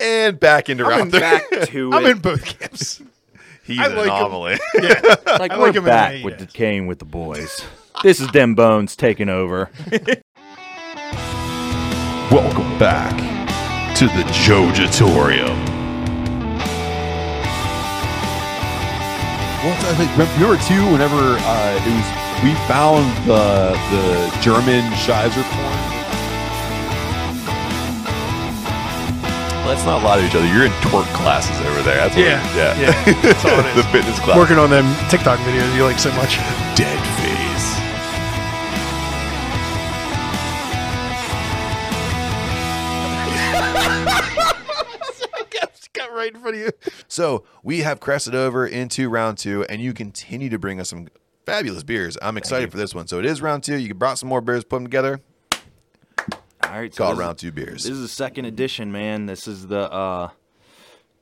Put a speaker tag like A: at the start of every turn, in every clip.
A: and back into
B: I'm
A: round three.
B: back to
C: I'm
B: it.
C: in both camps.
A: He's
C: I
A: an
C: like him.
A: anomaly.
D: Like
C: I
D: we're
C: like him in
D: back
C: the
D: with
C: AES.
D: decaying with the boys. this is them bones taking over.
A: Welcome back to the Jojatorium.
E: Well, I think- remember too, whenever uh, it was, we found the the German Scheiser corn. Let's not lie to each other. You're in twerk classes over there. That's what
C: Yeah.
E: yeah.
C: Yeah, that's all it
E: the
C: is.
E: fitness class.
C: Working on them TikTok videos you like so much.
E: dead face.
C: Got right in front of you.
A: So we have crested over into round two, and you continue to bring us some fabulous beers. I'm excited for this one. So it is round two. You brought some more beers, put them together.
D: All right, so
A: Call
D: this-
A: round two beers.
D: This is the second edition, man. This is the uh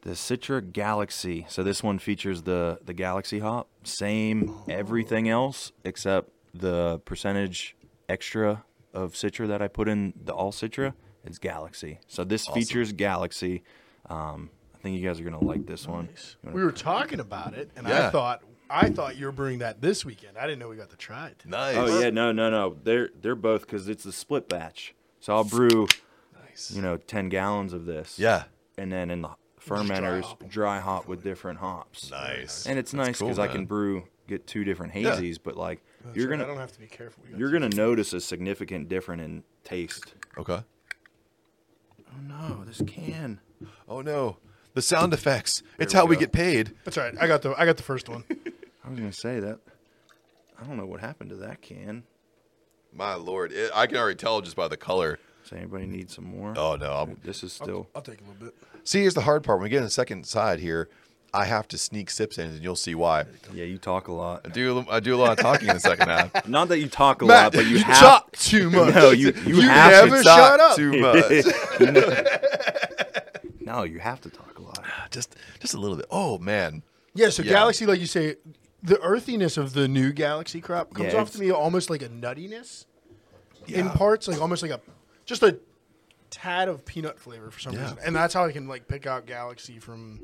D: the Citra Galaxy. So this one features the the Galaxy hop, same everything else except the percentage extra of Citra that I put in the all Citra is Galaxy. So this features Galaxy. Um I think you guys are gonna like this one. You wanna-
C: We were talking about it, and
A: Yeah.
C: I thought I thought you were brewing that this weekend. I didn't know we got to try it.
A: Nice.
D: Oh yeah, no, no, no. They're they're both because it's the split batch. So I'll brew, you know, ten gallons of this.
A: Yeah.
D: and then in the fermenters,
C: hop
D: dry, hop with different hops.
A: Nice.
D: And it's nice because
A: cool,
D: I can
A: man.
D: brew get two different
A: Yeah.
D: hazies, but like you're
C: Sorry, I
D: gonna
C: don't have to be careful. We got
D: you're gonna notice a significant difference in taste.
A: Okay.
D: Oh no, this can.
A: Oh no. The sound effects. It's
D: There we
A: how we
D: go.
A: get paid.
C: That's all right. I got the I got the first one.
D: I was gonna say that. I don't know what happened to that can.
A: My lord. It, I can already tell just by the color.
D: Does anybody need some more?
A: Oh no. I'm,
D: This is still.
C: I'll take a little bit.
A: see, here's the hard part. When we get in the second side here, I have to sneak sips in, and you'll see why.
D: Yeah, you talk a lot.
A: I do. I do a lot of talking in the second half.
D: Not that you talk a
A: Matt,
D: lot, but you,
A: you
D: have
A: talk too much.
D: No, you you,
A: You
D: have
A: never
D: to talk.
A: shut up. too much.
D: No, you have to talk a lot.
A: just, just a little bit. Oh man.
C: Yeah. So
A: Yeah.
C: Galaxy, like you say, the earthiness of the new Galaxy crop comes
D: Yeah,
C: off to
D: it's-
C: me almost like a nuttiness in
A: Yeah.
C: parts, like almost like a just a tad of peanut flavor for some
A: Yeah.
C: reason, and that's how I can like pick out Galaxy from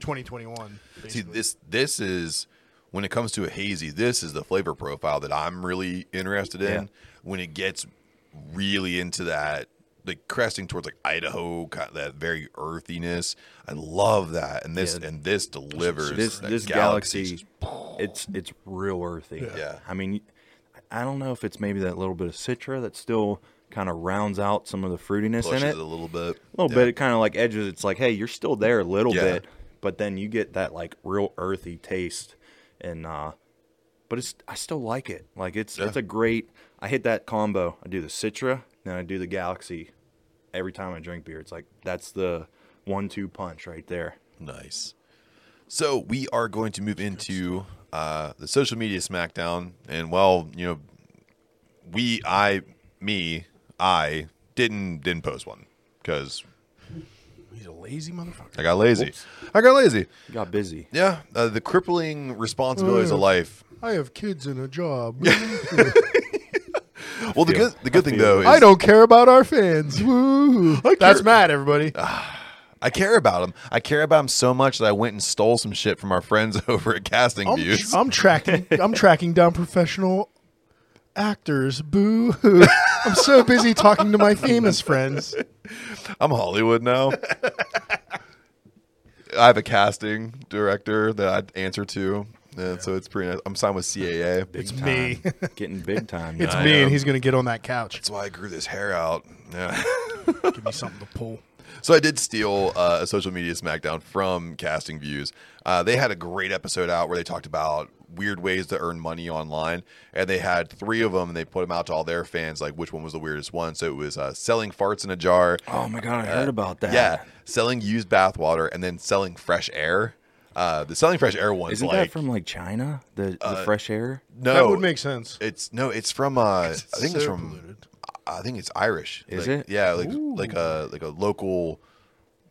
C: 2021.
A: Hmm. See
C: basically.
A: this. This is when it comes to a hazy. This is the flavor profile that I'm really interested in.
D: Yeah.
A: When it gets really into that, like cresting towards like Idaho, kind of that very earthiness. I love that, and this
D: Yeah.
A: and this delivers.
D: this
A: That
D: this
A: galaxy's
D: galaxy, it's it's real earthy.
A: Yeah.
D: I mean, I don't know if it's maybe that little bit of citra that still kind of rounds out some of the fruitiness
A: pushes
D: in
A: it
D: it.
A: a
D: A
A: little bit.
D: little bit, it kind of like edges. It's like, hey, you're still there a little
A: Yeah.
D: bit, but then you get that like real earthy taste, and uh, but it's I still like it. Like it's it's a great. I hit that combo. I do the citra, then I do the galaxy. Every time I drink beer, it's like that's the one-two punch right there.
A: Nice. So we are going to move into uh, the social media smackdown, and well, you know, we, I, me, I didn't didn't post one because
C: he's a lazy motherfucker.
A: I got lazy. I got lazy.
D: Got busy.
A: Yeah, uh, the crippling responsibilities of life.
C: I have kids and a job.
A: Well, the
D: feel-
A: good the good thing though is
C: I don't care about our fans. Woo! That's Matt, everybody.
A: I care about them. I care about them so much that I went and stole some shit from our friends over at Casting
C: I'm,
A: Views.
C: I'm tracking. I'm tracking down professional actors. Boo hoo! I'm so busy talking to my famous friends.
A: I'm Hollywood now. I have a casting director that I answer to, and so it's pretty nice. I'm signed with CAA.
C: It's me.
D: Time. Getting big time.
C: It's
D: now.
C: me, and he's gonna get on that couch.
A: That's why I grew this hair out. Yeah.
C: Give me something to pull.
A: so I did steal uh, a social media smackdown from Casting Views. Uh, they had a great episode out where they talked about weird ways to earn money online, and they had three of them, and they put them out to all their fans, like which one was the weirdest one. So it was uh, selling farts in a jar.
D: Oh my god, I heard about that.
A: Uh, Yeah, selling used bathwater and then selling fresh air. Uh, the selling fresh air one's
D: Isn't
A: like Uh,
D: that from like China? The, the fresh air?
A: no,
C: That would make sense.
A: it's no, it's from uh, I think it's
C: so
A: from
C: polluted.
A: I think it's Irish.
D: Is
A: Like,
D: it?
A: Yeah, like like a like a local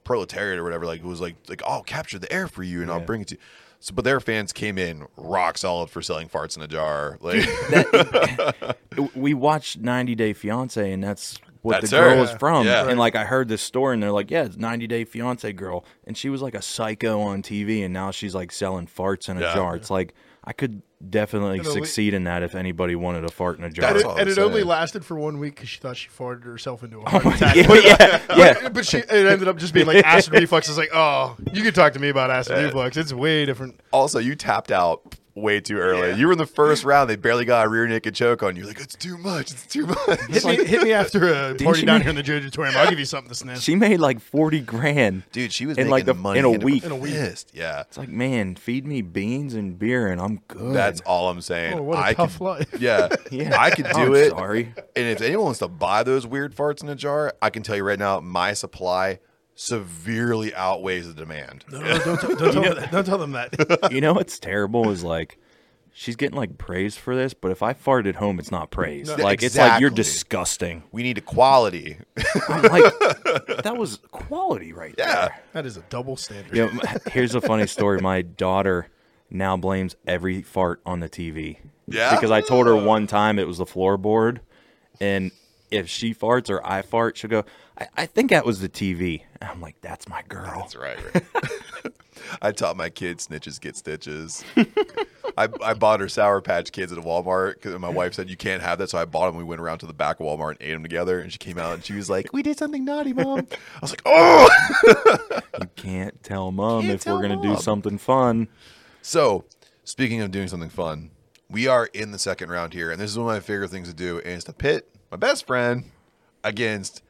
A: proletariat or whatever. Like was like like "Oh, I'll capture the air for you and I'll bring it to. you. So, but their fans came in rock solid for selling farts in a jar. Like
D: We watched 90 Day Fiance and that's what
A: That's
D: the girl
A: her.
D: was from.
A: Yeah.
D: And like I heard this story and they're like, yeah, it's 90 Day Fiance girl. And she was like a psycho on TV and now she's like selling farts in a
A: Yeah.
D: jar. It's like I could definitely
C: And a le-
D: succeed in that if anybody wanted a fart in a jar.
C: And
A: That's
C: it,
A: all
C: and
A: I'm
C: it only
A: saying. Oh
C: lasted for one week because she thought she farted herself into a heart attack.
D: yeah, yeah, yeah.
C: But she it ended up just being like acid reflux. It's like, oh, you could talk to me about acid reflux. It's way different.
A: Also, you tapped out way too early. You were in the first round. They barely got a rear naked choke on you. Like it's too much. It's too much.
C: Hit me, hit me after a party
D: she
C: down
D: make-
C: here in the Jojatorium. I'll give you something to sniff.
D: She made like 40 grand.
A: Dude, she was
D: in
A: making
D: like the,
A: money
D: in a
A: and
D: week.
C: In a week.
A: pissed. Yeah.
D: It's like, man, feed me beans and beer and I'm good.
A: That's all I'm saying.
C: Oh, what a
A: I
C: tough
A: could,
C: life.
A: Yeah,
D: Yeah.
A: I could do
D: I'm
A: it.
D: sorry.
A: And if anyone wants to buy those weird farts in a jar, I can tell you right now, my supply severely outweighs the demand.
C: No, no, no, don't, tell- don't, tell, don't tell them that.
D: you know what's terrible is like she's getting like praise for this, but if I fart at home, it's not praise. like it's like
A: Exactly.
D: you're disgusting.
A: We need equality.
D: I'm like that was quality right
A: yeah,
C: That is a double standard.
D: there. You know, m- here's a funny story. My daughter now blames every fart on the TV.
A: Yeah?
D: Because I told her one time it was the floorboard, and if she farts or I fart, she'll go, "I, I think that was the TV." And I'm like, "That's my girl."
A: that's right. I taught my kids snitches get stitches. I, I bought her Sour Patch Kids at a Walmart because my wife said you can't have that, so I bought them. We went around to the back of Walmart and ate them together. And she came out and she was like, "We did something naughty, mom." I was like, "Oh."
D: Can't tell mom
A: Can't
D: if we're
A: tell
D: gonna
A: mom.
D: do something fun.
A: So, speaking of doing something fun, we are in the second round here, and this is one of my favorite things to do, and it's to pit my best friend against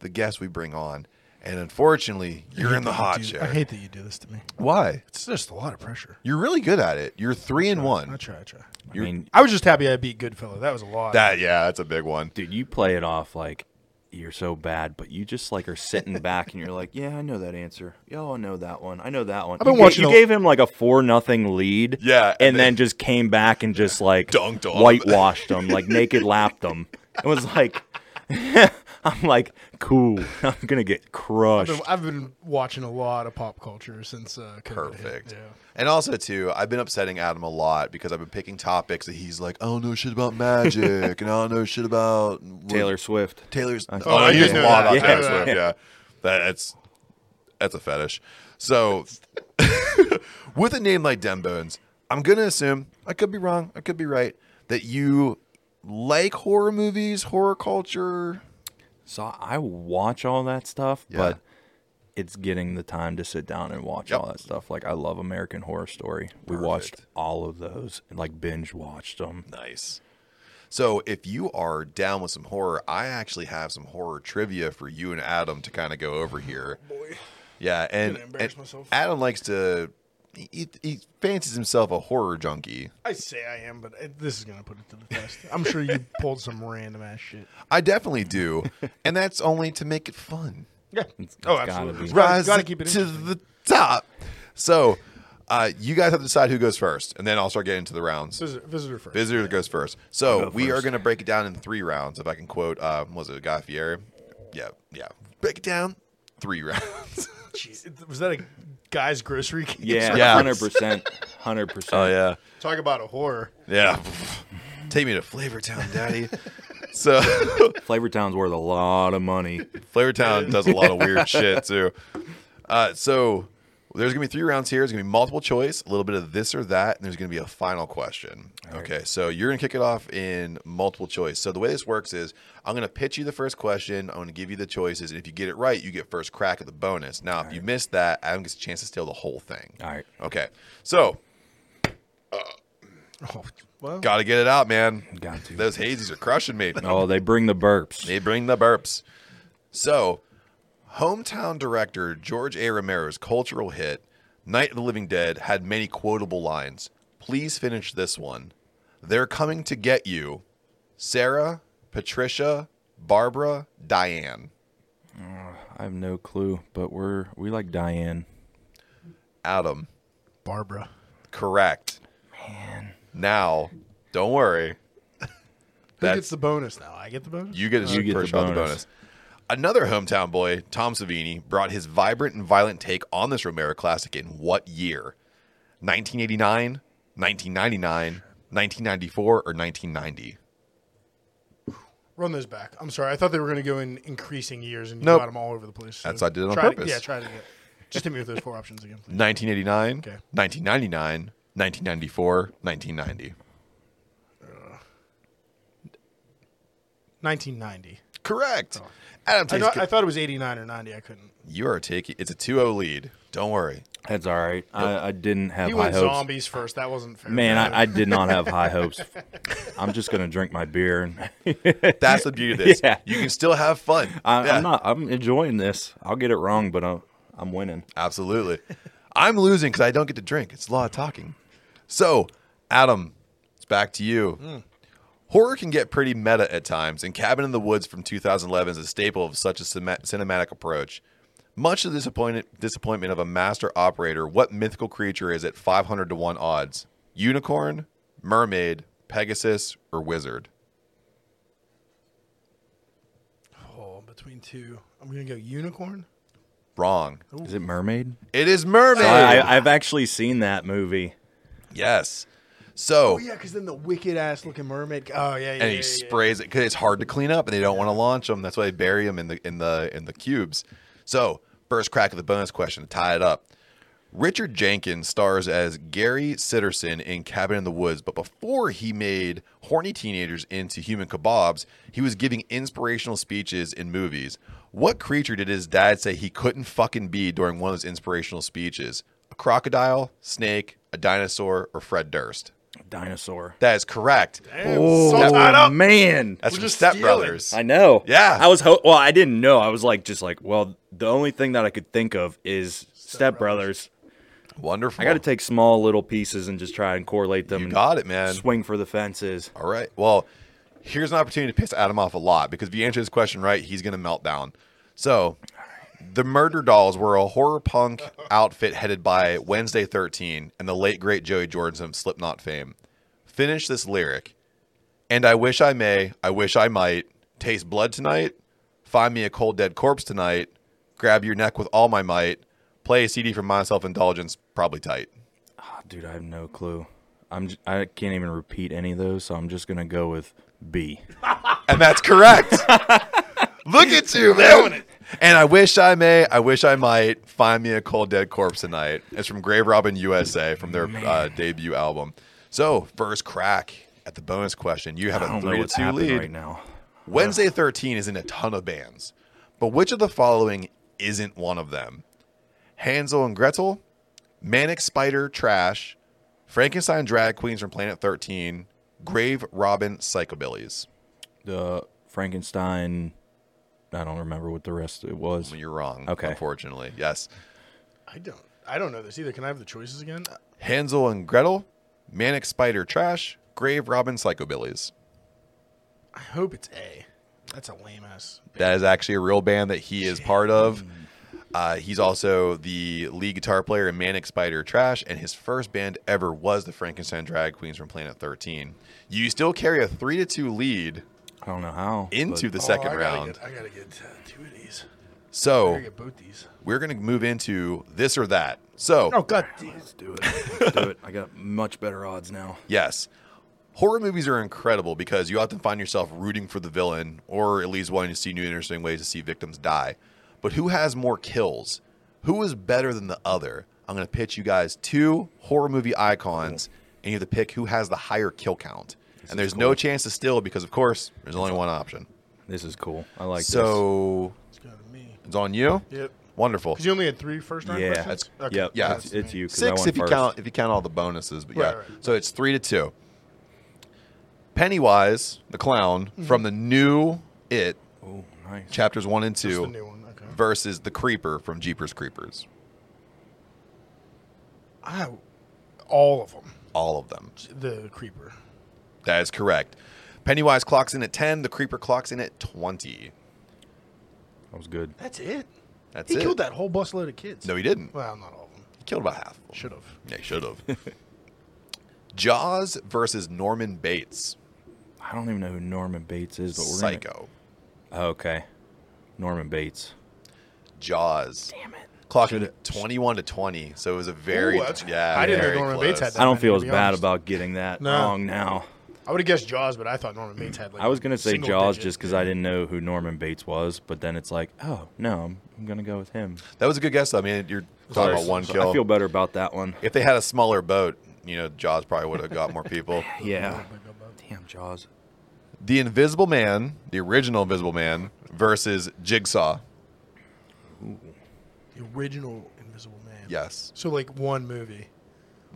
A: the guest we bring on. And unfortunately, you're in the hot
C: Dude,
A: chair.
C: I hate that you do this to me.
A: Why?
C: It's just a lot of pressure.
A: You're really good at it. You're three and
C: I
A: one.
C: try, I try.
D: I mean,
C: I was just happy I beat Goodfellow. That was a lot.
A: That yeah, that's a big one.
D: Dude, you play it off like you're so bad, but you just like are sitting back and you're like, yeah, I know that answer. Yo, I know that one. I know that one. I've
C: been
D: you, ga-
C: watching
D: You
C: a-
D: gave him like a four nothing lead.
A: Yeah,
D: and,
A: and
D: then just came back and just like
A: Dunked on him.
D: whitewashed him, like naked lapped him. It was like, I'm like, cool. I'm gonna get crushed.
C: I've been, I've been watching a lot of pop culture since uh, COVID hit.
A: Perfect.
C: Yeah.
A: And also too, I've been upsetting Adam a lot because I've been picking topics that he's like, I don't know shit about magic, and I don't know shit about
D: Taylor Swift.
A: Taylor's. Oh,
C: Oh, I
A: he
C: did
A: was a
C: know
A: lot about
C: that. Yeah.
A: Taylor
C: Yeah.
A: Swift. Yeah, That- that's that's a fetish. So, with a name like Dembones, I'm gonna assume I could be wrong, I could be right that you like horror movies, horror culture.
D: So I watch all that stuff,
A: Yeah.
D: but it's getting the time to sit down and watch
A: Yep.
D: all that stuff. Like I love American Horror Story. We watched all of those and like binge watched them.
A: Nice. So, if you are down with some horror, I actually have some horror trivia for you and Adam to kind of go over here. Yeah, and,
C: gonna embarrass
A: and
C: myself.
A: Adam likes to. He, he fancies himself a horror junkie.
C: I say I am, but it, this is gonna put it to the test. I'm sure you pulled some random ass shit.
A: I definitely do, and that's only to make it fun.
C: Yeah.
D: Oh, gotta absolutely. be.
C: It's gotta,
A: Rise
C: gotta keep it
A: to
C: interesting.
A: the top. So, uh, you guys have to decide who goes first, and then I'll start getting into the rounds.
C: Visitor, visitor first.
A: Visitor goes first. So
D: go
A: we are
D: first.
A: going to break it down in three rounds. If I can quote, uh, was it Guy Fieri? Yeah, yeah. Break it down. Three rounds.
C: Jeez, was that a guy's grocery? Case?
D: Yeah,
A: Yeah.
D: hundred percent, hundred percent. Oh
A: yeah,
C: Talk about a horror.
A: yeah. Take me to Flavortown, Daddy. so
D: Flavortown's worth a lot of money.
A: Flavortown does a lot of weird shit too. Uh, so there's gonna be three rounds here. There's gonna be multiple choice, a little bit of this or that, and there's gonna be a final question. Okay, so you're gonna kick it off in multiple choice. So the way this works is I'm gonna pitch you the first question. I'm gonna give you the choices, and if you get it right, you get first crack at the bonus. Now, if you miss that, Adam gets a chance to steal the whole thing.
D: All right.
A: Okay, so
C: Oh, well,
A: gotta get it out, man.
D: Got to.
A: Those hazies are crushing me.
D: Oh, they bring the burps.
A: They bring the burps. So, hometown director George A. Romero's cultural hit, Night of the Living Dead, had many quotable lines. Please finish this one. They're coming to get you. Sarah, Patricia, Barbara, Diane.
D: I have no clue, but we're we like Diane.
A: Adam.
C: Barbara.
A: Correct. Man. Now, don't worry.
C: Who
A: That's-
C: gets the bonus now? I get the bonus.
A: You get a
D: You get
A: first
D: the
A: shot at the
D: bonus.
A: bonus. Another hometown boy, Tom Savini, brought his vibrant and violent take on this Romero classic in what year? 1989, 1999, 1994, or 1990?
C: Run those back. I'm sorry. I thought they were going to go in increasing years, and you
A: Nope.
C: got them all over the place. So
A: That's- I did it on
C: try to-
A: purpose.
C: yeah, try it again. Just hit me with those four options again, please.
A: 1989,
C: Okay.
A: 1999, 1994, 1990.
C: 1990.
A: Correct. Adam
C: I,
A: takes.
C: know, I thought it was 89 or 90. I couldn't.
A: you are taking. It's a 2-0 lead. Don't worry.
D: That's all right. I, I didn't have
C: He
D: high
C: went
D: hopes.
C: zombies first. That wasn't fair.
D: Man, I, I did not have high hopes. I'm just gonna drink my beer. And
A: That's the beauty of this.
D: Yeah.
A: You can still have fun.
D: I,
A: Yeah.
D: I'm not. I'm enjoying this. I'll get it wrong, but I'm, I'm winning.
A: Absolutely. I'm losing because I don't get to drink. It's a lot of talking. So, Adam, it's back to you. Horror can get pretty meta at times, and Cabin in the Woods from 2011 is a staple of such a cima- cinematic approach. Much to the disappointment, disappointment of a master operator, what mythical creature is at 500 to 1 odds? Unicorn, mermaid, Pegasus, or wizard?
C: Oh, between two. I'm going to go unicorn.
A: Wrong.
D: Is it mermaid?
A: It is mermaid.
D: I, I, I've actually seen that movie.
A: yes. So,
C: Oh, yeah, because then the wicked ass looking mermaid. Oh, yeah, yeah.
A: and he sprays it because it's hard to clean up, and they don't want to launch them. That's why they bury them in the in the in the cubes. So first crack of the bonus question to tie it up. Richard Jenkins stars as Gary Sitterson in Cabin in the Woods, but before he made horny teenagers into human kebabs, he was giving inspirational speeches in movies. What creature did his dad say he couldn't fucking be during one of those inspirational speeches? A crocodile, snake, a dinosaur, or Fred Durst?
D: Dinosaur.
A: That is correct.
D: Oh man,
A: That's
C: We're
A: from
C: just
A: Step
C: stealing.
A: Brothers.
D: I know.
A: Yeah.
D: I was ho- well. I didn't know. I was like, just like, well, the only thing that I could think of is Step Brothers.
A: Wonderful.
D: I got to take small little pieces and just try and correlate them.
A: You
D: and
A: got it, man.
D: Swing for the fences.
A: All right. Well, here's an opportunity to piss Adam off a lot because if you answer this question right, he's going to melt down. So, the Murder Dolls were a horror punk outfit headed by Wednesday 13 and the late great Joey Jordan of Slipknot fame. Finish this lyric. And I wish I may, I wish I might taste blood tonight, find me a cold dead corpse tonight, grab your neck with all my might, play a CD from my self indulgence, probably tight.
D: Oh, dude, I have no clue. I'm. J- I can't even repeat any of those, so I'm just gonna go with B.
A: And that's correct. Look at you, man. And I wish I may, I wish I might find me a cold dead corpse tonight. It's from Grave Robin USA from their uh, debut album. So first crack at the bonus question. You have
D: I
A: a
D: don't know
A: three to
D: what's
A: two
D: happening
A: lead.
D: right now.
A: Wednesday 13 is in a ton of bands, but which of the following isn't one of them? Hansel and Gretel, Manic Spider Trash, Frankenstein Drag Queens from Planet 13, Grave Robin Psychobillies.
D: The Frankenstein. I don't remember what the rest it was.
A: You're wrong.
D: Okay.
A: Unfortunately. Yes.
C: I don't. I don't know this either. Can I have the choices again?
A: Hansel and Gretel, Manic Spider Trash, Grave Robin Psychobillies.
C: I hope it's A. That's a lame ass.
A: That is actually a real band that he is part of. Uh, he's also the lead guitar player in Manic Spider Trash, and his first band ever was the Frankenstein Drag Queens from Planet 13. You still carry a 3 to 2 lead
D: I don't know how.
A: into
D: but-
A: the second
C: Oh, I gotta
A: round.
C: get- I gotta get uh, two of these. I
A: So
C: gotta get both these.
A: we're going to move into this or that. So,
C: Oh god, damn.
D: Let's do it. Let's do it. I got much better odds now.
A: Yes. Horror movies are incredible because you often find yourself rooting for the villain or at least wanting to see new and interesting ways to see victims die. But who has more kills? Who is better than the other? I'm going to pitch you guys two horror movie icons and you have to pick who has the higher kill count. and there's no chance to steal because, of course, there's only one option.
D: This is cool. I like
A: so
C: it's got to me.
A: it's on you?
C: Yep.
A: Wonderful.
C: Because you only had three first round
D: Yeah.
C: questions.
D: this. Yep,
A: Yeah.
D: it's, it's you. 'cause I
A: six
D: went
A: if you
D: first.
A: count if you count all the bonuses but
C: Right,
A: yeah
C: right.
A: so it's three to two pennywise the clown
C: Mm-hmm.
A: from the new it
D: Oh, nice.
A: chapters one and
C: That's
A: two
C: the new one. Okay.
A: versus the creeper from jeepers creepers
C: I, all of them.
A: all of them
C: The creeper.
A: that is correct pennywise clocks in at 10 the creeper clocks in at 20
D: That was good.
C: That's it.
A: that's
C: he
A: it
C: killed that whole busload of kids.
A: no he didn't
C: Well, not all of them.
A: he killed about half of them.
C: Should have.
A: yeah he should have jaws versus norman bates
D: I don't even know who Norman Bates is, but we're gonna-
A: psycho
D: Oh, okay, Norman Bates.
A: Jaws. Damn it. Clocking at 21 to 20. So it was a very
C: Ooh, that's-
A: yeah.
C: I didn't know
A: very
C: Norman
A: close.
C: Bates had that.
D: I don't
C: man,
D: feel
C: to
D: as
C: be
D: bad
C: honest.
D: about getting that
C: No.
D: wrong now.
C: I would have guessed Jaws, but I thought Norman Bates had like.
D: I was gonna say
C: single
D: Jaws
C: digit.
D: just because I didn't know who Norman Bates was, but then it's like, oh no, I'm, I'm gonna go with him.
A: That was a good guess. though. I mean, you're talking about one
D: So
A: kill.
D: I feel better about that one.
A: if they had a smaller boat, you know, Jaws probably would have got more people.
D: Yeah. Damn Jaws.
A: The Invisible Man, the original Invisible Man, versus Jigsaw.
C: the original Invisible Man.
A: Yes,
C: So like one movie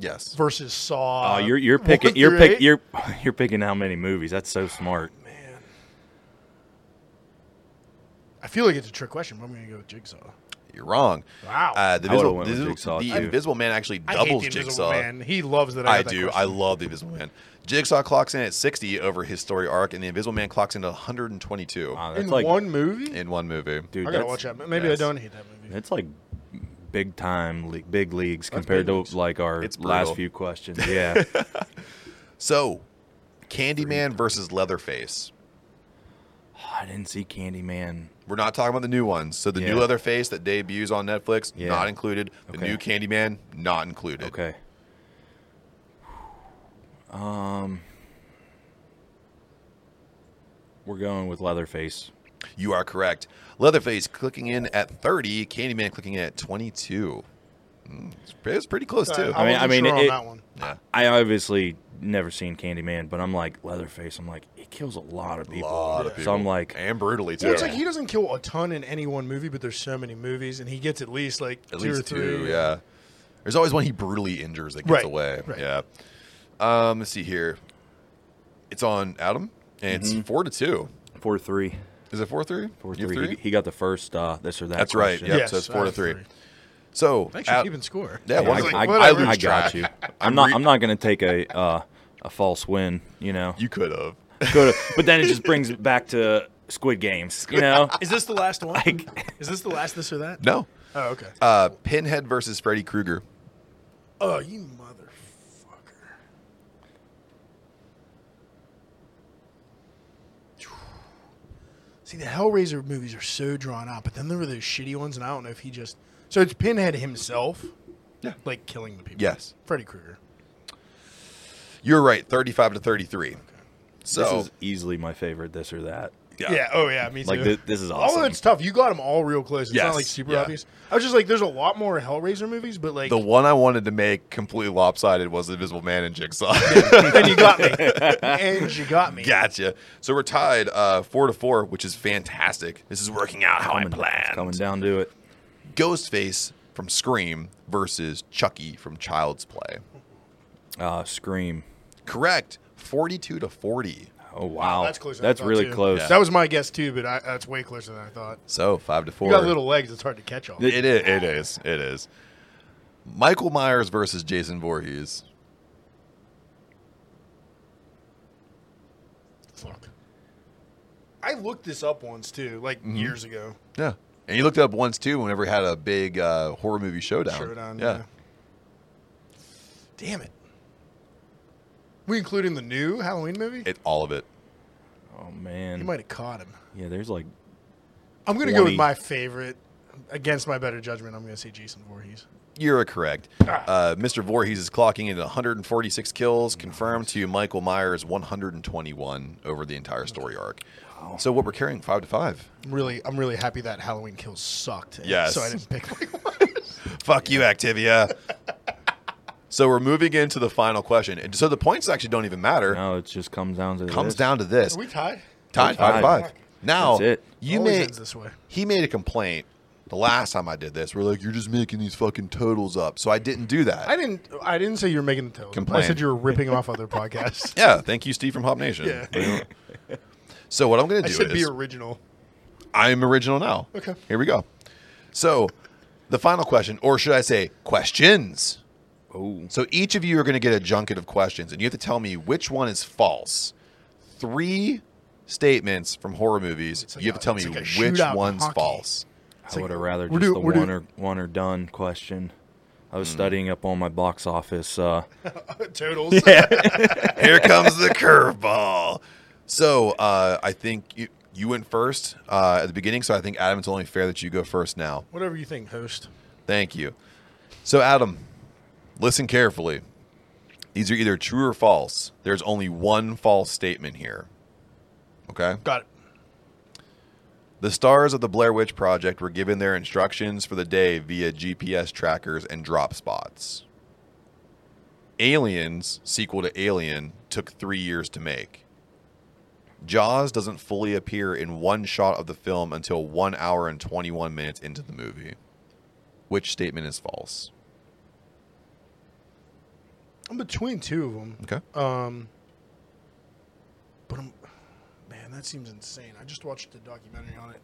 A: yes.
C: versus Saw.
D: Oh, you're you're
C: Uh, one
D: picking you're
C: through
D: pick
C: eight?
D: you're you're picking how many movies? That's so smart.
C: Man, I feel like it's a trick question, but I'm gonna go with Jigsaw.
A: You're wrong.
C: Wow.
A: Uh, the
D: I would've
A: Invisible,
D: went with
A: the,
D: Jigsaw,
A: the
D: too.
A: Invisible Man actually
C: I hate
A: doubles
C: the Invisible
A: Jigsaw.
C: Man. He loves that.
A: I
C: I, got that
A: do.
C: question.
A: I love the Invisible Man. Jigsaw clocks in at 60 over his story arc, and the Invisible Man clocks in at 122
D: Wow, Uh, that's
C: in
D: like
C: one movie.
A: in one movie.
D: dude.
C: I gotta
D: that's-
C: watch that. Maybe
A: yes.
C: I don't hate that movie.
D: It's like big time, le- big leagues compared
A: big
D: to
A: leagues.
D: like our
A: It's brutal.
D: last few questions. Yeah. Oh,
A: So, Candyman versus Leatherface.
D: I didn't see Candyman.
A: We're not talking about the new ones. So the new
D: Yeah.
A: Leatherface that debuts on Netflix,
D: Yeah.
A: not included. The
D: Okay.
A: new Candyman, not included.
D: Okay. Um, we're going with Leatherface.
A: You are correct. Leatherface clicking in at 30, Candyman clicking in at 22. Mm, it's, pre- it's pretty
C: Uh,
A: close too.
D: I mean-
C: wasn't
D: I mean,
C: sure on
D: it-
C: that one.
A: yeah,
D: I obviously never seen Candyman, but I'm like Leatherface. I'm like it kills a lot of people.
A: lot of
D: So I'm
A: people.
D: like,
A: and brutally too.
C: Well, it's like he doesn't kill a ton in any one movie, but there's so many movies, and he gets at least like
A: At
C: two
A: least
C: or three.
A: two, yeah. There's always one he brutally injures that gets
C: Right,
A: away.
C: right.
A: Yeah. Um, let's see here. It's on Adam, and
D: Mm-hmm.
A: it's four to two.
D: four three,
A: Is it four three?
D: four
A: You have
D: three. He, he got the first uh, this or that.
A: That's right,
D: question.
A: yeah.
C: Yes,
A: so it's four
C: I
A: to
C: have
A: three. So
C: Thanks for
A: Ad-
C: keeping score.
A: Yeah,
D: Yeah,
A: one
C: It's
A: thing-
D: I,
C: like,
D: I, I,
C: whatever.
D: I
A: track.
D: got you.
A: I'm
D: I'm not.
A: re-
D: I'm not going to take a uh, a false win. You know.
A: you could have.
D: Go to, but then it just brings it back to Squid Games. You know.
C: Is this the last one? is this the last this or that?
A: No.
C: Oh, okay.
A: Uh, Pinhead versus Freddy Krueger.
C: oh, you motherfucker. See, the Hellraiser movies are so drawn out, but then there were those shitty ones, and I don't know if he just. So it's Pinhead himself,
A: Yeah.
C: like killing the people.
A: Yes.
C: Freddy Krueger.
A: You're right. Thirty-five to thirty-three. So
D: This is easily my favorite. This or that.
C: Yeah. Oh yeah. Me too.
D: Like thi- this is
C: All
D: awesome.
C: of it's tough. You got them all real close. It's
A: Yes,
C: not like super
A: yeah.
C: obvious. I was just like, there's a lot more Hellraiser movies, but like,
A: the one I wanted to make completely lopsided was Invisible Man and Jigsaw.
C: and you got me, and you got me.
A: gotcha. So we're tied uh, four to four, which is fantastic. This is working out how
D: Coming-
A: I planned.
D: Coming down to it.
A: Ghostface from Scream versus Chucky from Child's Play.
D: Uh, Scream.
A: Correct. Forty-two to forty.
D: Oh wow,
C: That's closer. than I
D: That's
C: thought,
D: really
C: too.
D: close.
C: That was my guess too, but I, that's way closer than I thought.
A: So five to four.
C: You got little legs; it's hard to catch all.
A: It is. It is. It is. Michael Myers versus Jason Voorhees.
C: Fuck. I looked this up once too, like
A: Mm-hmm.
C: years ago.
A: Yeah. And you looked it up once too. Whenever he had a big uh, horror movie showdown.
C: Showdown.
A: Yeah.
C: Yeah. Damn it. We including the new Halloween movie?
A: It all of it.
D: oh
C: you
D: man.
C: might have caught him.
D: yeah, there's like
C: I'm gonna go with
D: 20.
C: my favorite. Against my better judgment, I'm gonna say Jason Voorhees.
A: You're correct. Uh, Mr. Voorhees is clocking in at 146 kills, confirmed to Michael Myers 121 over the entire story arc. So what we're carrying five to five.
C: I'm really, I'm really happy that Halloween Kills sucked. and
A: Yes.
C: So I didn't pick Michael
A: Fuck you, Activia. so we're moving into the final question, and so the points actually don't even matter.
D: no. It just comes down to
A: Comes
D: this.
A: down to this:
C: Are we tied?
A: tied five to
D: tied.
A: five. Now
D: That's it.
A: you
C: Always
A: made
C: ends this way.
A: he made a complaint the last time I did this. We're like, you're just making these fucking totals up. So I didn't do that.
C: I didn't. I didn't say you were making the total.
A: Complain.
C: I said you were ripping off other podcasts.
A: yeah, thank you, Steve from Hop Nation.
C: Yeah.
A: Yeah. so what I'm going to
C: I
A: do is
C: should be original.
A: I'm original now.
C: Okay.
A: Here we go. So, the final question, or should I say questions?
D: Oh,
A: So, each of you are going to get a junket of questions, and you have to tell me which one is false. Three statements from horror movies.
C: like
A: you have
C: a-
A: to tell me
C: it's like a
A: which
C: shootout
A: one's
C: hockey.
A: false.
D: I would have rather
C: we're
D: just
C: do-
D: the
C: we're do-
D: one or one or done question. I was studying up on my box office. Uh,
C: Totals.
A: Here comes the curveball. So, uh, I think you, you went first uh, at the beginning, so I think Adam, it's only fair that you go first now.
C: Whatever you think, host.
A: Thank you. So, Adam, listen carefully. These are either true or false. There's only one false statement here. Okay?
C: Got it.
A: The stars of the Blair Witch Project were given their instructions for the day via GPS trackers and drop spots. Aliens, sequel to Alien, took three years to make. Jaws doesn't fully appear in one shot of the film until one hour and 21 minutes into the movie. Which statement is false?
C: I'm between two of them.
A: Okay.
C: Um, but I'm, man, that seems insane. I just watched a documentary on it.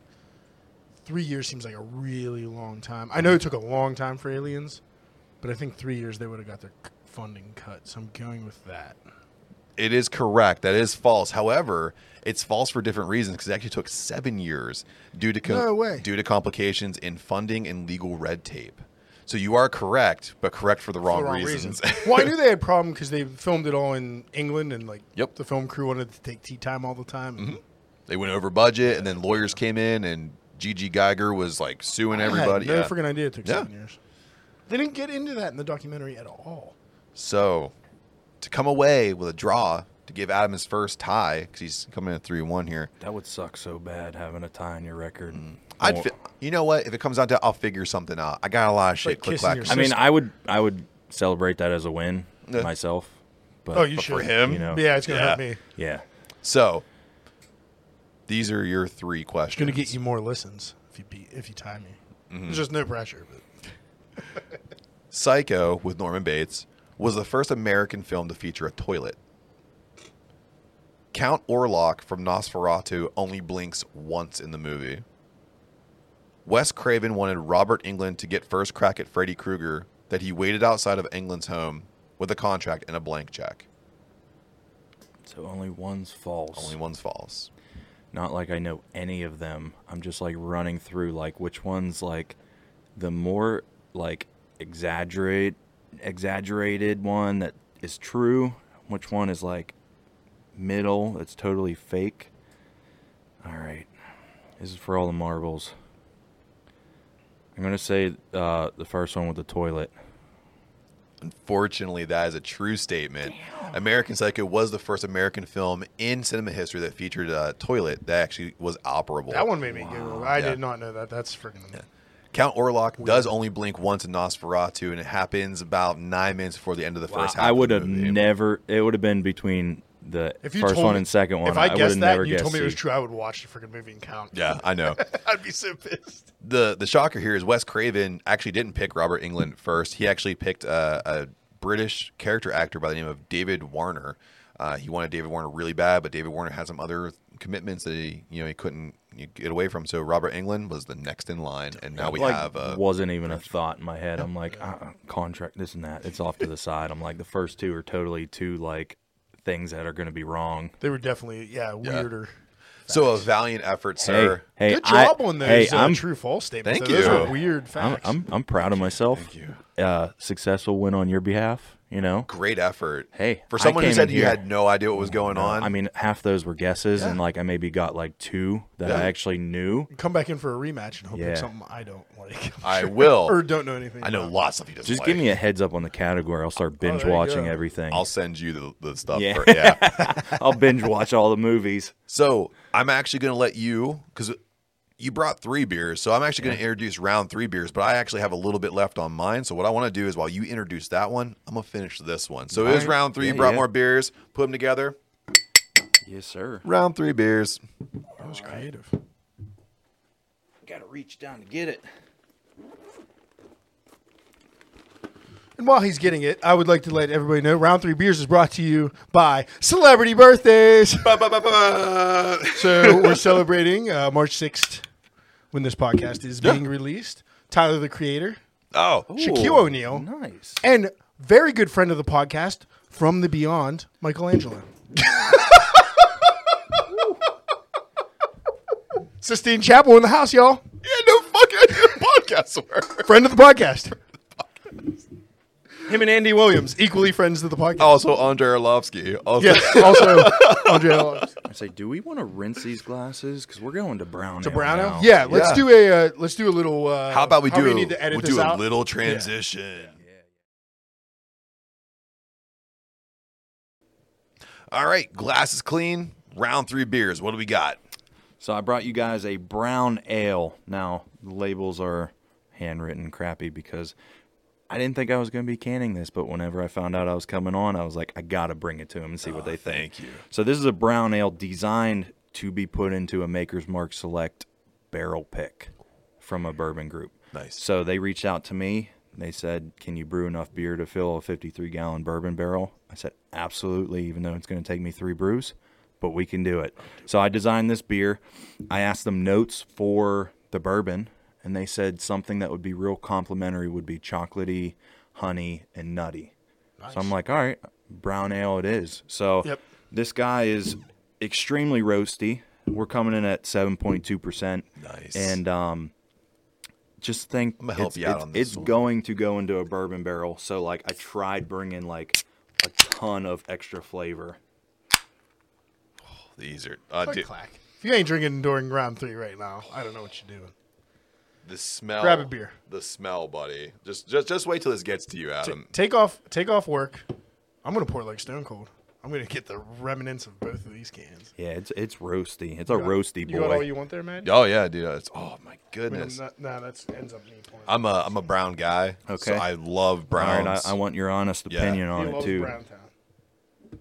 C: Three years seems like a really long time. I know it took a long time for aliens, but I think three years they would have got their c- funding cut. So I'm going with that.
A: it is correct. That is false. However, it's false for different reasons because it actually took seven years due to
C: No way.
A: due to complications in funding and legal red tape. So you are correct, but correct for the wrong,
C: For the wrong
A: reasons.
C: reasons. well, I knew they had a problem because they filmed it all in England and like
A: Yep. Mm-hmm.
C: the film crew wanted to take tea time all the time.
A: they went over budget, and then lawyers came in, and Gigi Geiger was like suing everybody.
C: I had no
A: Yeah.
C: freaking idea it took
A: Yeah.
C: seven years. They didn't get into that in the documentary at all.
A: So to come away with a draw to give Adam his first tie because he's coming in at three one here.
D: That would suck so bad having a tie in your record.
A: I'd
D: Or-
A: fi- you know what? If it comes down to, it, I'll figure something out. I got a lot of shit.
C: like
A: click
C: kissing
A: clack.
C: your
D: I mean, I would I would celebrate that as a win
A: Yeah.
D: myself. But
C: Oh, you
A: But
C: should.
A: for him,
D: You know.
C: Yeah, it's gonna
A: Yeah.
C: hurt me. It's
D: yeah.
A: So these are your three questions.
C: gonna get you more listens if you beat if you tie me.
A: Mm-hmm.
C: There's just no pressure. But
A: Psycho with Norman Bates was the first American film to feature a toilet. Count Orlok from Nosferatu only blinks once in the movie. Wes Craven wanted Robert England to get first crack at Freddy Krueger that he waited outside of England's home with a contract and a blank check.
D: So only one's false.
A: Only one's false.
D: Not like I know any of them. I'm just like running through like which ones like the more like exaggerate exaggerated one that is true, which one is like middle that's totally fake. All right. This is for all the marbles. I'm going to say uh, the first one with the toilet.
A: Unfortunately, that is a true statement. American Psycho was the first American film in cinema history that featured a toilet that actually was operable.
C: that one made me giggle. I
A: Yeah.
C: did not know that. That's freaking.
A: Count Orlok does only blink once in Nosferatu, and it happens about nine minutes before the end of the first half.
D: I
A: of the
D: would have
A: movie.
D: never. It would have been between the
C: If you
D: first
C: told
D: one
C: me-
D: and second one.
C: if I,
D: would have
C: guessed that,
D: never
C: and you
D: guessed
C: told me it was
D: C.
C: true, I would watch the freaking movie and count.
A: Yeah, I know.
C: I'd be so pissed.
A: the The shocker here is Wes Craven actually didn't pick Robert England first. He actually picked a, a British character actor by the name of David Warner. Uh, he wanted David Warner really bad, but David Warner had some other commitments that he, you know, he couldn't you know, get away from. So Robert England was the next in line, and now we
D: like,
A: have uh,
D: wasn't even a thought in my head. I'm like uh, uh, contract this and that. It's off to the side. I'm like the first two are totally two like things that are going to be wrong.
C: They were definitely yeah weirder.
A: so a valiant effort, sir.
D: Hey, hey,
C: Good job
D: I,
C: on those
D: Hey,
C: uh,
D: I'm,
C: true false statements.
A: Thank
C: though. Those
A: you.
C: were weird
D: I'm
C: facts.
D: I'm I'm proud of myself. Thank you. Uh, successful win on your behalf. You know.
A: Great effort.
D: Hey,
A: for
D: I
A: someone who
D: came
A: said
D: in
A: you
D: here-
A: had no idea what was going on,
D: I mean, half those were guesses, and like I maybe got like two that I actually knew.
C: Come back in for a rematch and hope
D: Yeah.
C: it's something I don't like
A: I will.
C: or don't know anything.
A: I know
C: about.
A: lots of you doesn't
D: Just
A: like.
D: give me a heads up on the category. I'll start binge watching
C: go.
D: everything.
A: I'll send you the, the stuff.
D: Yeah.
A: For, yeah.
D: I'll binge watch all the movies.
A: so I'm actually going to let you, because you brought three beers. So I'm actually going to introduce round three beers, but I actually have a little bit left on mine. So what I want to do is while you introduce that one, I'm going to finish this one. So it was
D: Alright.
A: round three.
D: Yeah,
A: you brought
D: yeah.
A: more beers, put them together.
D: Yes, sir.
A: Round three beers.
C: That was creative.
D: Gotta reach down to get it.
C: And while he's getting it, I would like to let everybody know Round Three Beers is brought to you by Celebrity Birthdays. so we're celebrating uh, March 6th when this podcast is being released. Tyler the Creator,
A: Oh,
C: Shaquille O'Neal,
D: Nice.
C: and very good friend of the podcast from the beyond, Michelangelo. Sistine Chapel in the house, y'all.
A: yeah, no fucking idea what podcasts were.
C: Friend of the podcast. Him and Andy Williams, equally friends of the podcast.
A: Also, Andre Arlovsky. Also,
C: Yes. Also, Andre Ellis.
D: I say, do we want to rinse these glasses? Because we're going to brown.
C: to Brown Ale? Yeah. Let's
A: Yeah.
C: do a uh, let's do a little. Uh,
A: How about we do?
C: We
A: a-
C: need to edit
A: we'll
C: this
A: do a
C: out.
A: little transition. All right, glass is clean. Round three beers. What do we got?
D: So I brought you guys a brown ale. Now the labels are handwritten crappy because I didn't think I was going to be canning this, but whenever I found out I was coming on, I was like, I gotta bring it to them and
C: Oh,
D: see what they think.
A: thank you.
D: So this is a brown ale designed to be put into a Maker's Mark Select barrel pick from a bourbon group.
A: Nice.
D: So they reached out to me. They said, "Can you brew enough beer to fill a 53 gallon bourbon barrel?" I said, "Absolutely, even though it's going to take me 3 brews, but we can do it." So I designed this beer. I asked them notes for the bourbon, and they said something that would be real complimentary would be chocolatey, honey, and nutty. So I'm like, "All right, brown ale it is." So
C: Yep.
D: this guy is extremely roasty. We're coming in at 7.2%.
A: Nice.
D: And um just think
A: I'm gonna help
D: it's,
A: you out
D: it's-
A: on this
D: it's
A: one.
D: going to go into a bourbon barrel. So like I tried bringing like a ton of extra flavor.
A: These are uh,
C: Click
A: dude,
C: clack. If you ain't drinking during round three right now, I don't know what you're doing.
A: the smell.
C: Grab a beer.
A: The smell, buddy. Just just just wait till this gets to you,
C: Ta-
A: Adam.
C: take off, take off work. I'm gonna pour like Stone Cold. I'm gonna get the remnants of both of these cans.
D: Yeah, it's it's roasty. It's a
C: you
D: roasty
C: got all
D: boy.
C: you want there, man?
A: oh yeah, dude. It's oh my
C: I mean, I'm
A: goodness.
C: not- nah, that ends up me pouring.
A: I'm a I'm a brown guy.
D: Okay.
A: So I love
D: All
A: browns.
D: right, I, I want your honest
A: Yeah.
D: opinion
C: He
D: on it
C: loves
D: too.
C: Brown Town.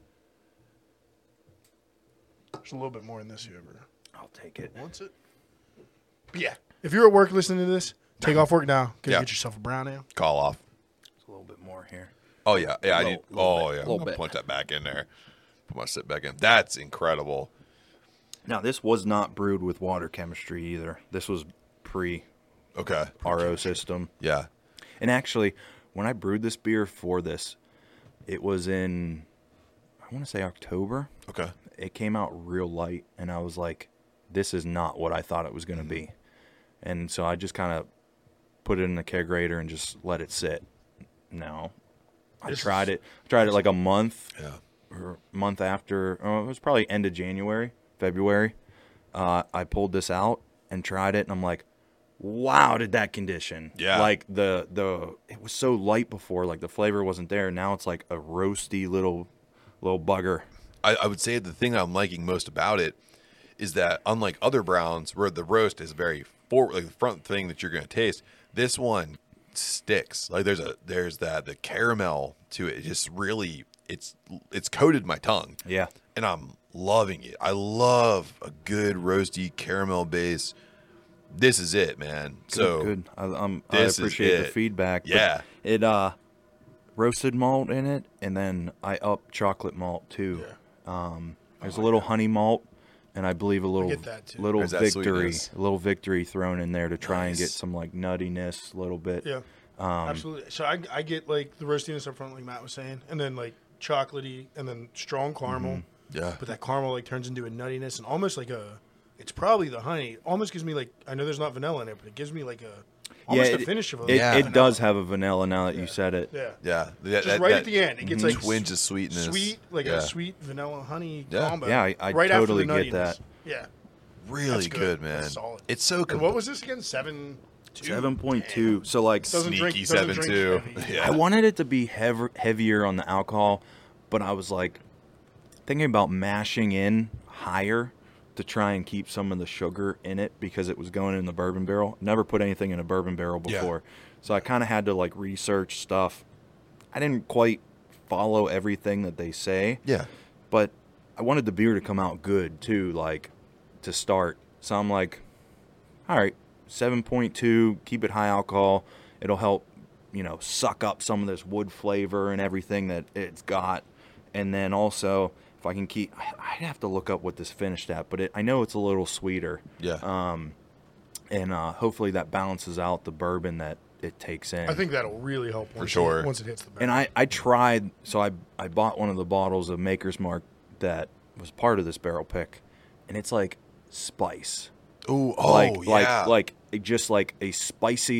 C: There's a little bit more in this, whoever
D: I'll take it.
C: wants it. But yeah, if you're at work listening to this, take off work now. Go
A: Yeah.
C: get yourself a brown ale.
A: Call off.
D: It's a little bit more here.
A: Oh yeah, yeah. I
D: Little-
A: need.
D: little
A: Oh
D: bit,
A: yeah. I'm
D: little
A: gonna
D: bit.
A: Punch that back in there. Put my sit back in. That's incredible.
D: Now this was not brewed with water chemistry either. This was pre
A: Okay.
D: RO system.
A: Yeah.
D: And actually, when I brewed this beer for this, it was in I want to say October.
A: Okay.
D: It came out real light and I was like this is not what I thought it was going to
A: Mm-hmm.
D: be. And so I just kind of put it in the kegerator and just let it sit. Now, I
C: This
D: tried it. Tried it like a month
A: Yeah.
D: or month after. Oh, it was probably end of January, February. Uh, I pulled this out and tried it, and I'm like, "Wow, did that condition?
A: Yeah.
D: like the the it was so light before, like the flavor wasn't there. Now it's like a roasty little little bugger.
A: I, I would say the thing I'm liking most about it is that unlike other browns where the roast is very forward, like the front thing that you're going to taste, this one sticks. Like there's a there's that the caramel to it. It just really it's it's coated my tongue.
D: Yeah,
A: and I'm loving it. I love a good roasty caramel base. This is it, man. so
D: good. I, um, I
A: this is
D: appreciate the
A: it.
D: feedback. but
A: Yeah.
D: it uh roasted malt in it, and then I up chocolate malt too. Um,
A: Oh,
D: there's a little honey malt, and I believe a little
C: get that, too.
D: little
A: There's that
D: victory,
A: sweetness.
D: a little victory thrown in there to try and get
A: Nice.
D: some like nuttiness, a little bit.
C: Yeah, absolutely. So I, I get like the roastiness up front, like Matt was saying, and then like chocolatey, and then strong caramel.
A: yeah,
C: but that caramel like turns into a nuttiness and almost like a it's probably the honey almost gives me like i know there's not vanilla in it but it gives me like a almost a finish of a
D: it,
A: Yeah.
D: it does have a vanilla now that you said it.
C: yeah
A: yeah. That,
C: just right at the end it gets like
A: twinge of sweetness,
C: sweet like
A: yeah.
C: a sweet vanilla honey
A: Yeah.
C: combo
D: Yeah, I- I
C: right after the
D: totally get
C: nuttiness.
D: that.
C: yeah
A: really
C: that's
A: good,
C: good.
A: man.
C: That's solid.
A: It's so
C: and
A: good.
C: what was this again seven two?
D: Seven point two. So like,
C: doesn't drink-
A: sneaky
C: doesn't
A: seven
C: drink
A: two?
C: heavy.
A: Yeah,
D: I wanted it to be heav- heavier on the alcohol, but I was like thinking about mashing in higher to try and keep some of the sugar in it because it was going in the bourbon barrel. Never put anything in a bourbon barrel
A: Yeah.
D: before. So I kind of had to like research stuff. I didn't quite follow everything that they say
A: yeah.
D: but I wanted the beer to come out good too, like to start. So I'm like, all right, 7.2, keep it high alcohol. It'll help, you know, suck up some of this wood flavor and everything that it's got. And then also, if I can keep, I- I'd have to look up what this finished at, but it, I know it's a little sweeter.
A: Yeah.
D: Um, And uh, hopefully that balances out the bourbon that it takes in.
C: i think that'll really help once
A: sure.
C: it, once it hits the
D: And
C: barrel.
D: I, I tried, so I, I bought one of the bottles of Maker's Mark that was part of this barrel pick, and it's like spice.
A: Ooh, oh,
D: like,
A: yeah.
D: Like, like it just like a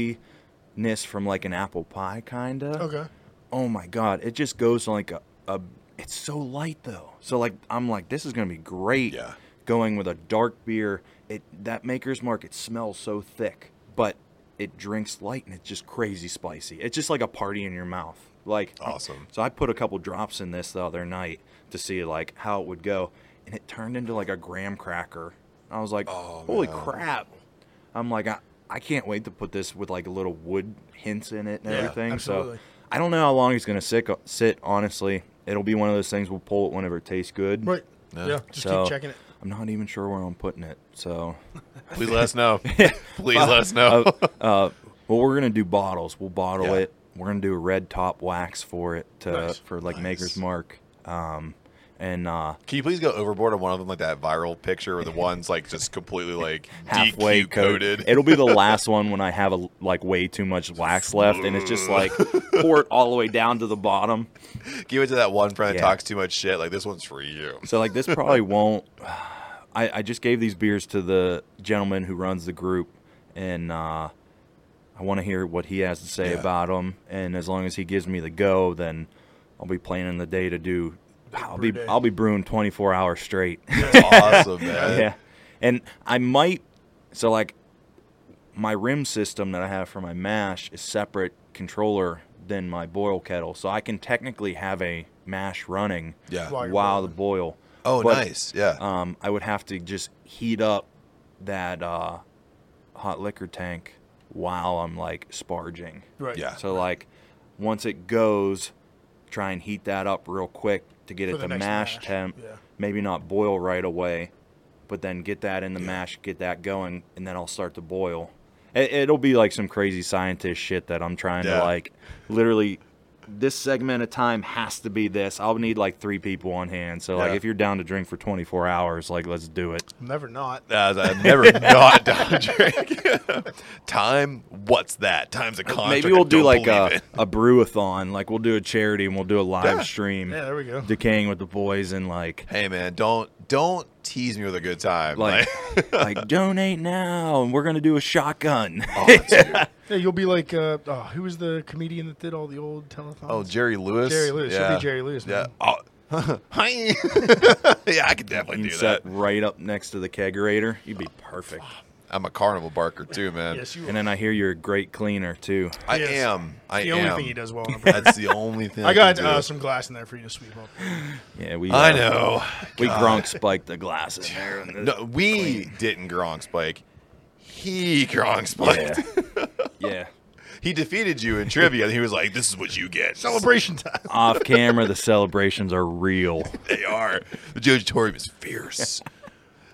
D: spiciness from like an apple pie, kind of.
C: okay
D: Oh my God. It just goes to like a, a, it's so light though. So, like, I'm like, this is going to be great
A: Yeah.
D: going with a dark beer. It That Maker's Mark, it smells so thick, but it drinks light and it's just crazy spicy. It's just like a party in your mouth. Like
A: Awesome.
D: So I put a couple drops in this the other night to see like how it would go, and it turned into like a graham cracker. I was like,
A: Oh,
D: holy
A: man.
D: crap! I'm like, I, I can't wait to put this with like little wood hints in it and
A: Yeah,
D: everything.
C: absolutely.
D: So I don't know how long it's gonna sit. Sit honestly, it'll be one of those things. We'll pull it whenever it tastes good.
C: Right.
A: Yeah.
C: Yeah. Just
D: So-
C: keep checking it.
D: I'm not even sure where I'm putting it. So
A: Please let us know. Please let us know.
D: uh, uh, well, we're gonna do bottles. We'll bottle
A: Yeah.
D: it. We're gonna do a red top wax for it to
C: Nice.
D: for like
A: Nice.
D: Maker's Mark. Um, and uh,
A: Can you please go overboard on one of them, like that viral picture where the one's like just completely like
D: halfway
A: DQ
D: coat-
A: coated?
D: It'll be the last one when I have a, like way too much wax left, and it's just like pour it all the way down to the bottom.
A: Give it to that one friend that
D: Yeah.
A: talks too much shit. Like this one's for you.
D: So like this probably won't. I, I just gave these beers to the gentleman who runs the group, and uh, I want to hear what he has to say
A: Yeah.
D: about 'em. about them. And as long as he gives me the go, then I'll be planning the day to do. I'll be
C: brew day.
D: I'll be brewing twenty four hours straight.
A: That's awesome, man.
D: yeah, and I might. So like, my rim system that I have for my mash is separate controller than my boil kettle, so I can technically have a mash running
A: Yeah.
C: While you're
D: while
C: boiling.
D: the boil.
A: Oh,
D: But,
A: nice. Yeah.
D: Um, I would have to just heat up that uh, hot liquor tank while I'm like sparging.
C: Right.
A: Yeah.
D: So like, once it goes, try and heat that up real quick to get
C: For
D: it
C: the
D: to
C: next
D: mash,
C: mash,
D: temp.
C: yeah.
D: Maybe not boil right away, but then get that in the mash, get that going, and then I'll start to boil. It, it'll be like some crazy scientist shit that I'm trying
A: Yeah.
D: to like, literally. This segment of time has to be this. I'll need like three people on hand. So like,
A: Yeah.
D: if you're down to drink for 24 hours, like let's do it.
C: Never not.
A: Uh, I've never not done a drink. Time, what's that? Time's a contract.
D: Maybe we'll
A: I
D: do
A: don't
D: like uh,
A: believe
D: a,
A: it.
D: a brewathon. Like we'll do a charity and we'll do a live
A: Yeah.
D: stream.
C: Yeah, there we go.
D: Decaying with the boys and like
A: Hey man, don't don't tease me with a good time.
D: like like donate now and we're gonna do a shotgun.
A: oh, dude.
C: Yeah, you'll be like, uh, oh, who was the comedian that did all the old telethons?
A: Oh, Jerry Lewis.
C: Jerry Lewis. You'll be Jerry Lewis, man.
A: Yeah. Oh. Hi. yeah, I could definitely
D: You
A: do
D: set
A: that.
D: right up next to the kegerator. You'd be perfect.
A: I'm a carnival barker too, man.
C: yes, you.
D: And then I hear you're a great cleaner too.
A: I
C: Yes.
A: am. I
C: are. The
A: am.
C: only thing he does well. On a break.
A: That's the only thing. I,
C: I got
A: Can do.
C: uh, some glass in there for you to sweep up.
D: Yeah, we.
A: I
D: uh,
A: know.
D: We grunk spiked the glass in there. and the-
A: No, we didn't Gronk spike. He Gronk spiked.
D: yeah.
A: He defeated you in trivia, and he was like, "This is what you get."
C: Celebration time.
D: Off camera, the celebrations are real.
A: they are. The judgatorium is fierce.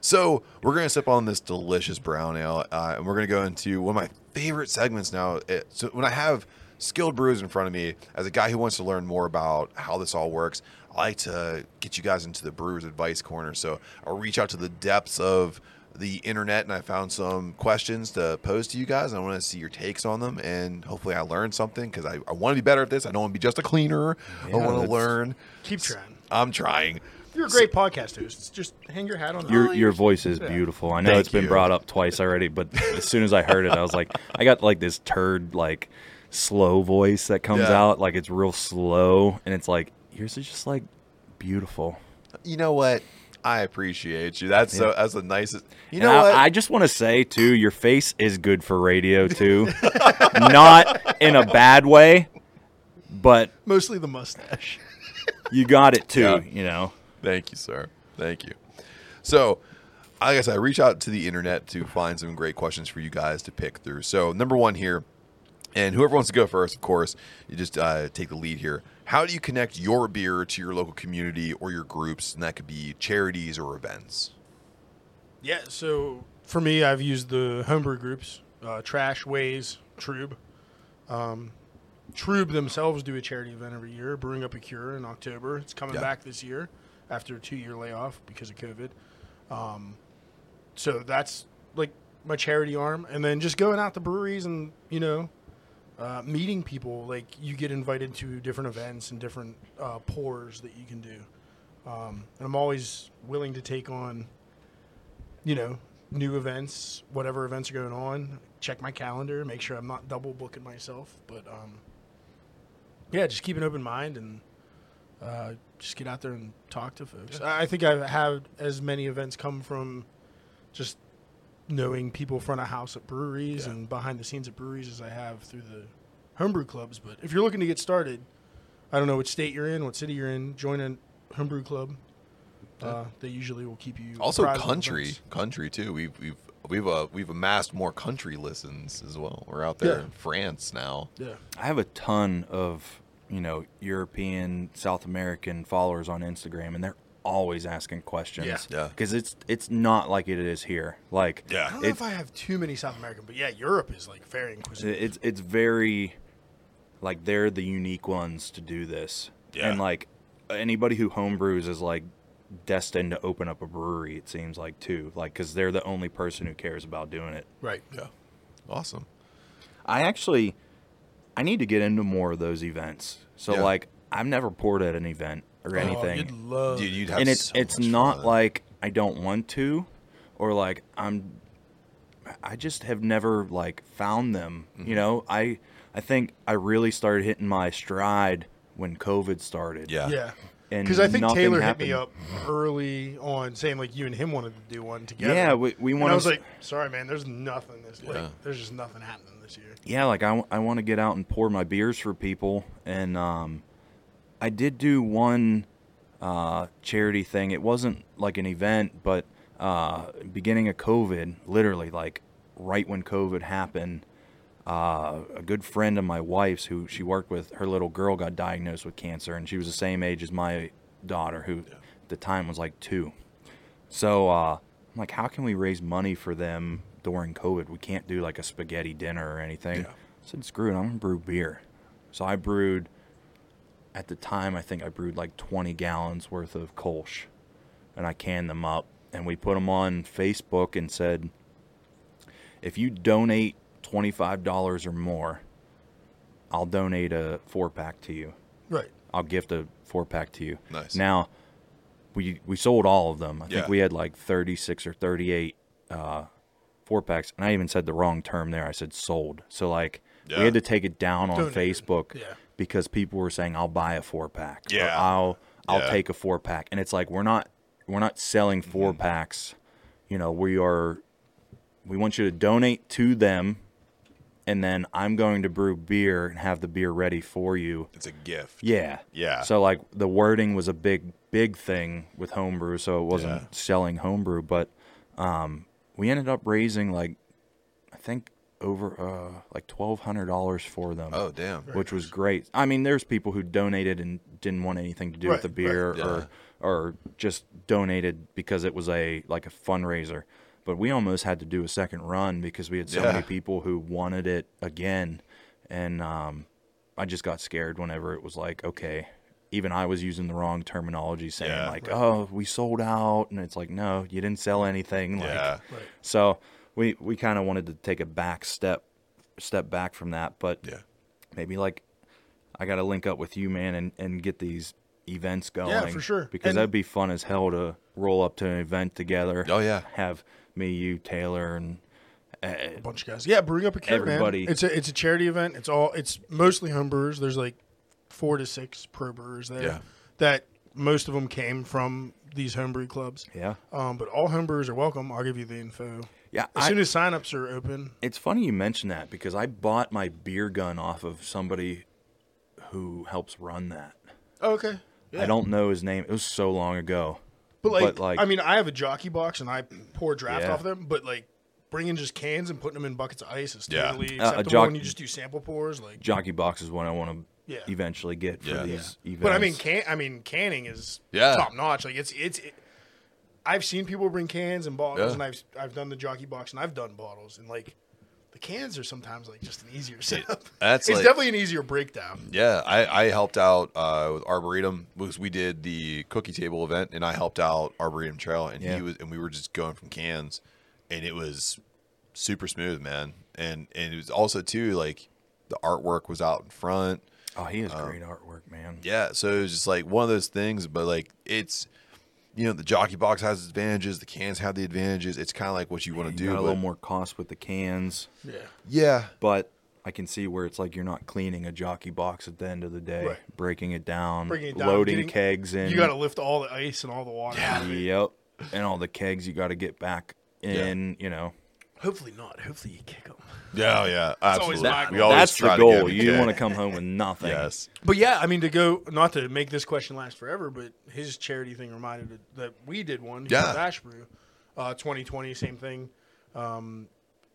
A: so we're gonna sip on this delicious brown ale, uh, and we're gonna go into one of my favorite segments now. It, so when I have skilled brewers in front of me, as a guy who wants to learn more about how this all works, I like to get you guys into the brewer's advice corner. So I'll reach out to the depths of the internet and I found some questions to pose to you guys. I want to see your takes on them and hopefully I learned something because I, I want to be better at this. I don't want to be just a cleaner. I
D: Yeah,
A: want to
D: that's-
A: learn.
C: Keep trying.
A: I'm trying.
C: You're a great podcast host. Just hang your hat on.
A: Oh,
D: Your
C: high.
D: your voice is
C: Yeah.
D: beautiful. I know
A: Thank
D: it's been
A: you.
D: brought up twice already, but as soon as I heard it, I was like, I got like this turd like slow voice that comes
A: Yeah.
D: out like it's real slow, and it's like yours is just like beautiful.
A: you know what? I appreciate you. That's so. That's the nicest. You
D: and
A: know
D: I,
A: what?
D: I just want to say too, your face is good for radio too, not in a bad way, but
C: mostly the mustache.
D: you got it too.
A: Yeah.
D: You know,
A: Thank you, sir. Thank you. So, like I said, I reach out to the internet to find some great questions for you guys to pick through. So, number one here, and whoever wants to go first, of course, you just uh, take the lead here. How do you connect your beer to your local community or your groups? And that could be charities or events.
C: Yeah, so for me, I've used the homebrew groups, uh, Trash, Ways, Troob. Um, Troob themselves do a charity event every year, Brewing Up a Cure in October. It's coming
A: Yeah.
C: back this year after a two year layoff because of COVID. Um, so that's like my charity arm. And then just going out to breweries and, you know, uh, meeting people. Like you get invited to different events and different uh, pours that you can do. Um, and I'm always willing to take on you know, new events, whatever events are going on, check my calendar, make sure I'm not double booking myself. But um, yeah, just keep an open mind and uh, just get out there and talk to folks. I I think I've had as many events come from just knowing people front of house at breweries and behind the scenes at breweries as I have through the homebrew clubs. But if you're looking to get started, I don't know which state you're in, what city you're in, join a homebrew club. Uh, they usually will keep you
A: Also,
C: apprised of
A: country,
C: events.
A: country too. We've we've we've uh, we've amassed more country listens as well. We're out there
C: Yeah.
A: in France now.
C: Yeah.
D: I have a ton of, you know, European, South American followers on Instagram and they're always asking questions.
C: Yeah.
A: Yeah.
D: Cuz it's it's not like it is here. Like
A: Yeah.
C: I don't know
D: it's
C: if I have too many South American, but yeah, Europe is like very inquisitive.
D: it's it's very like they're the unique ones to do this.
A: Yeah.
D: And like anybody who homebrews is like destined to open up a brewery it seems like too like cuz they're the only person who cares about doing it.
C: right.
A: Yeah, awesome.
D: I actually I need to get into more of those events. So
A: Yeah.
D: like I've never poured at an event or
C: Oh,
D: anything.
C: you'd love
A: Dude,
C: it.
A: you'd have
D: and it's
A: so
D: it's
A: much
D: not
A: fun.
D: like I don't want to, or like I'm. I just have never like found them.
A: Mm-hmm.
D: You know, I I think I really started hitting my stride when COVID started.
A: yeah
C: Yeah.
D: And
C: Because I think
D: nothing
C: Taylor hit me up
D: happened.
C: early on saying like you and him wanted to do one together.
D: Yeah, we, we
C: And
D: want
C: I was
D: to.
C: like, sorry, man, there's nothing this
A: Yeah.
C: like there's just nothing happening this year.
D: yeah, like I, want to get out and pour my beers for people. And um, I did do one uh, charity thing. It wasn't like an event, but uh, beginning of COVID, literally like right when COVID happened, uh, a good friend of my wife's who she worked with, her little girl got diagnosed with cancer, and she was the same age as my daughter, who at the time was like two. So uh, I'm like, how can we raise money for them during COVID? We can't do like a spaghetti dinner or anything. I said, screw it, I'm gonna brew beer. So I brewed. At the time, I think I brewed like 20 gallons worth of Kolsch, and I canned them up, and we put them on Facebook and said, if you donate $25 or more, I'll donate a four pack to you.
C: Right.
D: I'll gift a four pack to you.
A: Nice.
D: Now, we we sold all of them. I
A: Yeah.
D: think we had like thirty six or thirty eight uh, four packs, and I even said the wrong term there. I said sold. So like
A: Yeah.
D: we had to take it down on
C: Donated.
D: Facebook
C: Yeah.
D: because people were saying I'll buy a four pack. or
A: Yeah.
D: I'll I'll
A: Yeah. Mm-hmm.
D: take a four pack, and it's like we're not we're not selling 4 packs. You know, we are. We want you to donate to them. And then I'm going to brew beer and have the beer ready for you.
A: it's a gift.
D: Yeah.
A: Yeah.
D: So like the wording was a big big thing with homebrew, so it wasn't
A: Yeah.
D: selling homebrew, but um we ended up raising like I think over uh like twelve hundred dollars for them.
A: Oh damn.
D: Which was great. I mean, there's people who donated and didn't want anything to do
C: Right,
D: with the beer
A: right.
D: or or just donated because it was a like a fundraiser. But we almost had to do a second run because we had so
A: Yeah.
D: many people who wanted it again. And um, I just got scared whenever it was like, okay, even I was using the wrong terminology saying
A: Yeah.
D: like, oh, we sold out. And it's like, no, you didn't sell anything. Like,
A: Yeah.
C: Right.
D: So we, we kind of wanted to take a back step, step back from that. But
A: Yeah.
D: maybe like I got to link up with you, man, and, and get these events going.
C: for sure.
D: Because
C: And-
D: that'd be fun as hell to roll up to an event together.
A: Oh, yeah.
D: Have me, you, Taylor, and
C: A bunch of guys. Yeah, brewing up a cure,
D: Everybody.
C: man. It's a it's a charity event. It's all it's mostly home brewers. There's like four to six pro brewers there.
A: Yeah.
C: That most of them came from these homebrew clubs.
D: yeah,
C: Um, but all homebrewers are welcome. I'll give you the info.
D: yeah.
C: As
D: I-
C: soon as signups are open,
D: It's funny you mention that because I bought my beer gun off of somebody who helps run that.
C: oh, okay.
D: I don't know his name. It was so long ago.
C: But like,
D: but, like-
C: I mean, I have a jockey box and I pour draft
D: Yeah.
C: off them. But like, bringing just cans and putting them in buckets of ice is
A: Yeah.
C: totally
D: Uh, a
C: acceptable.
D: jock-
C: and you just do sample pours, like.
D: Jockey box is what I want to
C: Yeah.
D: eventually get for
A: Yeah.
D: these events.
C: But I mean, can I mean canning is
A: Yeah.
C: top notch. Like it's it's. It, I've seen people bring cans and bottles,
A: Yeah.
C: and I've I've done the jockey box and I've done bottles, and like the cans are sometimes like just an easier setup.
A: that's
C: it's
A: like-
C: definitely an easier breakdown.
A: Yeah, I, I helped out uh, with Arboretum because we did the cookie table event, and I helped out Arboretum Trail, and
D: Yeah.
A: he was, and we were just going from cans, and it was super smooth, man. And and it was also too like the artwork was out in front.
D: oh, he has great artwork, man.
A: Uh, Yeah, so it was just like one of those things, but like it's you know the jockey box has its advantages, the cans have the advantages. It's kind of like what you want to
D: You
A: do.
D: got a
A: but-
D: little more cost with the cans,
C: Yeah,
A: yeah,
D: but I can see where it's like you're not cleaning a jockey box at the end of the day,
C: Right.
D: breaking it down,
C: Breaking it down,
D: loading
C: getting-
D: kegs in.
C: you got to lift all the ice and all the water. out of it.
D: Yep. And all the kegs you got to get back in, you know.
C: Hopefully not. Hopefully you kick them.
A: Yeah, yeah,
C: always
A: absolutely.
C: my
A: we
C: goal.
A: always
D: That's
A: try to
D: the
A: get
D: goal.
A: him
D: You
A: kick.
D: want to come home with nothing.
A: Yes.
C: But yeah, I mean to go not to make this question last forever, but his charity thing reminded that we did one.
A: Yeah.
C: with Ash Brew, uh, 2020, same thing. Um,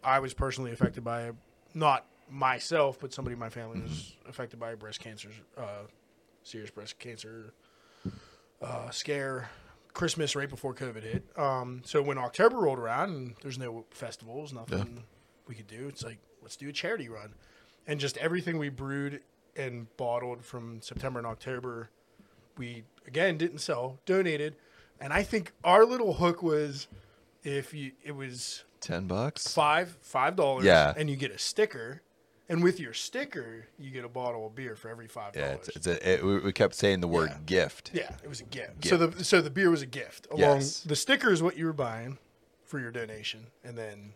C: I was personally affected by it. not myself, but somebody in my family was
D: Mm-hmm.
C: affected by breast cancer, uh, serious breast cancer uh, scare. Christmas right before COVID hit. Um, so when October rolled around and there's no festivals, nothing we could do, it's like let's do a charity run, and just everything we brewed and bottled from September and October, we again didn't sell, donated, and I think our little hook was if you it was
A: Ten bucks.
C: five five dollars
A: Yeah.
C: and you get a sticker and with your sticker you get a bottle of beer for every five
A: Yeah,
C: dollars
A: it's, it's a, it, we we kept saying the word
C: Yeah.
A: gift.
C: yeah it was a gift. so the so the beer was a gift along
A: Yes.
C: the sticker is what you were buying for your donation and then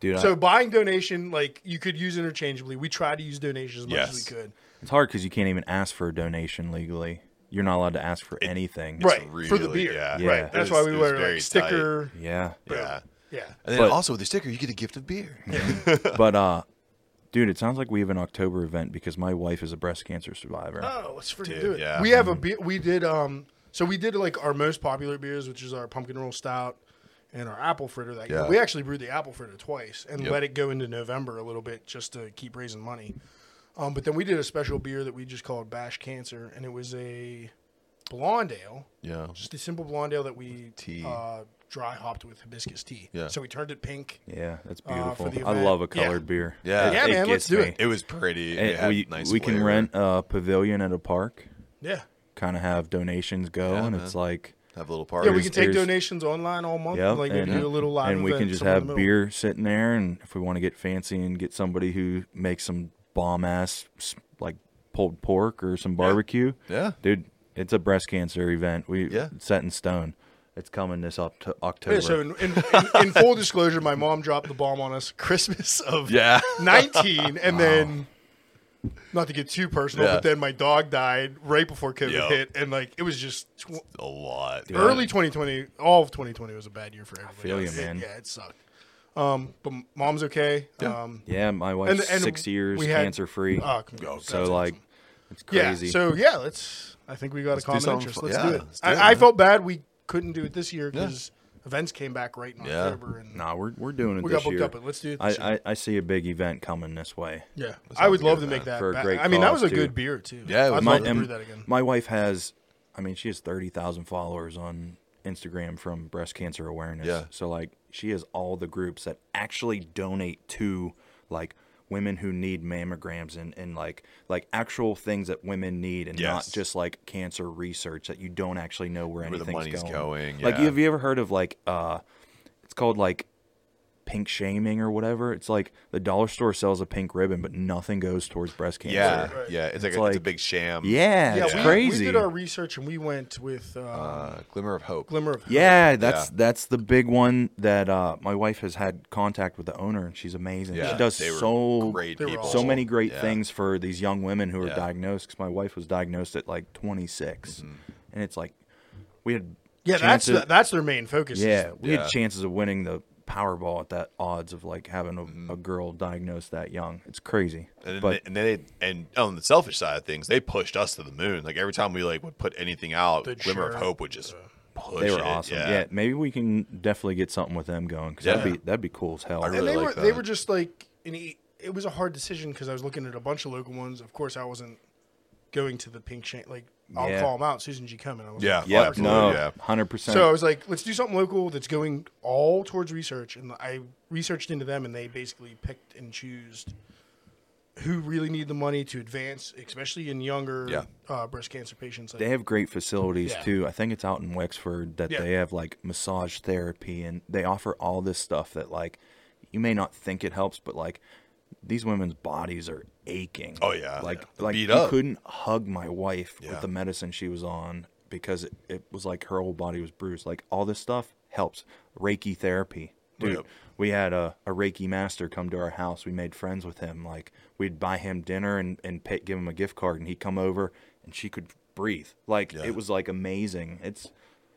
D: Dude, I-
C: so buying donation like you could use interchangeably we tried to use donation as much
A: Yes.
C: as we could
D: it's hard because you can't even ask for a donation legally. You're not allowed to ask for anything.
C: right for the
A: really-
C: beer
A: yeah.
C: right
D: Yeah. It
A: was-
C: that's why we
A: it was
C: were
A: very
C: like sticker
D: Yeah.
A: Yeah.
C: yeah
A: And then
D: But-
A: also with the sticker, you get a gift of beer.
D: But uh dude, it sounds like we have an October event because my wife is a breast cancer survivor.
C: Oh, let's freaking
A: Dude,
C: do it.
A: yeah.
C: We have a beer. We did um. So we did like our most popular beers, which is our pumpkin roll stout and our apple fritter. That year.
A: Yeah.
C: we actually brewed the apple fritter twice and
A: Yep.
C: let it go into November a little bit just to keep raising money. Um, but then we did a special beer that we just called Bash Cancer, and it was a blonde ale,
A: Yeah.
C: just a simple blonde ale that we
A: Tea.
C: Uh, dry hopped with hibiscus tea.
A: Yeah.
C: So we turned it pink.
D: Yeah, that's
C: Uh,
D: beautiful.
C: for the
D: I
C: event.
D: love a
C: Yeah.
D: colored beer.
A: Yeah.
D: It-
A: Yeah,
D: it
C: man,
D: gets
C: let's do
D: me.
C: it.
A: It was pretty.
D: It-
A: It had
D: Eh, we
A: nice
D: we can
A: flavor.
D: rent a pavilion at a park,
C: Yeah.
D: kind of have donations go,
A: Yeah,
D: and
A: man.
D: it's like,
A: Have a little
C: Yeah,
A: party.
C: we can take
D: there's-
C: donations online all month.
D: Yep,
C: like maybe
D: and-
C: do a little live
D: and we can
C: event
D: just
C: somewhere in
D: have
C: the middle.
D: beer sitting there, and if we want to get fancy and get somebody who makes some bomb ass like pulled pork or some barbecue,
A: Yeah.
D: dude, it's a breast cancer event. We
A: Yeah.
D: it's set in stone. It's coming this up to October.
C: Yeah, so in, in, in, in full disclosure, my mom dropped the bomb on us Christmas of
A: Yeah.
C: 19, and then not to get too personal,
A: Yeah.
C: but then my dog died right before COVID
A: Yep.
C: hit, and like it was just tw-
A: a lot.
C: early 2020. All of 2020 was a bad year for everybody.
D: feel you,
C: It-
D: man.
C: Yeah, it sucked. Um, but mom's okay.
A: Yeah.
C: Um,
D: yeah, my wife's
C: and
D: six years
C: we had-
D: cancer free.
C: oh, congrats.
D: so
C: That's
D: like,
C: awesome.
D: it's
C: yeah.
D: crazy.
C: So yeah, let's. I think we got a
A: do
C: common
A: something
C: interest.
A: fu-
C: let's
A: yeah,
C: do it.
A: let's do
C: I,
A: it,
C: I
A: man.
C: felt bad we couldn't do it this year because events came back right in
A: Yeah.
C: October, and
D: nah, we're we're doing it
C: we
D: this
C: got booked
D: year.
C: up. But let's do it. This year.
D: I, I, I see a big event coming this way.
C: Yeah, I would
A: sounds
C: love
A: good,
C: to make
A: man.
C: that.
D: For a
C: back.
D: great
C: I mean, that was a
D: cause,
C: good
D: too.
C: beer too.
A: Yeah, it
C: I'd
A: was
D: my,
C: love to
D: and
C: brew that again.
D: my wife has, I mean, she has 30,000 followers on Instagram from breast cancer awareness.
A: Yeah.
D: So, like, she has all the groups that actually donate to, like, women who need mammograms and, and like like actual things that women need and not
A: Yes.
D: just like cancer research that you don't actually know where,
A: the money's
D: anything's
A: going,
D: Like
A: yeah.
D: have you ever heard of like uh it's called like pink shaming or whatever. It's like the dollar store sells a pink ribbon but nothing goes towards breast cancer.
A: Yeah.
C: Right.
A: Yeah. It's like,
D: It's
A: a, it's a
D: like-
A: big sham.
D: Yeah,
C: yeah,
D: it's
C: we,
D: crazy.
C: We did our research and we went with um,
A: Uh, glimmer of hope.
C: Glimmer of Hope.
D: Yeah, that's that's the big one that uh, my wife has had contact with the owner, and she's amazing.
A: Yeah.
D: she does
A: they were
D: so
A: great
C: They were
A: people.
D: so many great
A: Yeah.
D: things for these young women who are
A: Yeah. Mm-hmm.
D: diagnosed. Because my wife was diagnosed at like 26, and it's like we had
C: yeah, that's
D: chances,
C: the, that's their main focus. is-
D: yeah we
A: Yeah.
D: had chances of winning the Powerball at that odds of like having a, a girl diagnosed that young. It's crazy,
A: And then, Mm-hmm.
D: but
A: they, and then they, and on the selfish side of things, they pushed us to the moon. Like every time we like would put anything out,
C: The
A: Glimmer of
C: chart.
A: Hope would just push.
D: they were
A: it.
D: awesome. Yeah.
A: Yeah.
D: maybe we can definitely get something with them going because
A: Yeah.
D: that'd be that'd be cool as hell.
A: I
C: and
A: really
C: they
A: like
C: were they
A: that.
C: were just like and it, it was a hard decision because I was looking at a bunch of local ones. Of course, I wasn't going to the pink chain. Like I'll
D: Yeah.
C: call them out, Susan G. Komen. I was
A: Yeah.
C: like,
A: Yeah,
C: "Fuck it."
A: absolutely,
D: no,
A: yeah.
D: hundred percent.
C: So I was like, let's do something local that's going all towards research. And I researched into them, and they basically picked and chose who really need the money to advance, especially in younger
A: Yeah.
C: uh, breast cancer patients.
D: They have great facilities
C: Yeah.
D: too. I think it's out in Wexford that
C: Yeah.
D: they have like massage therapy and they offer all this stuff that like you may not think it helps, but like these women's bodies are aching.
A: Oh, yeah.
D: like
A: Yeah.
D: like
A: Beat
D: you
A: up.
D: couldn't hug my wife
A: Yeah.
D: with the medicine she was on because it, it was like her whole body was bruised. Like all this stuff helps. Reiki therapy, dude.
A: Yep.
D: We had a, a Reiki master come to our house. We made friends with him. Like we'd buy him dinner and and pay, give him a gift card, and he'd come over and she could breathe. Like
A: Yeah.
D: it was like amazing. It's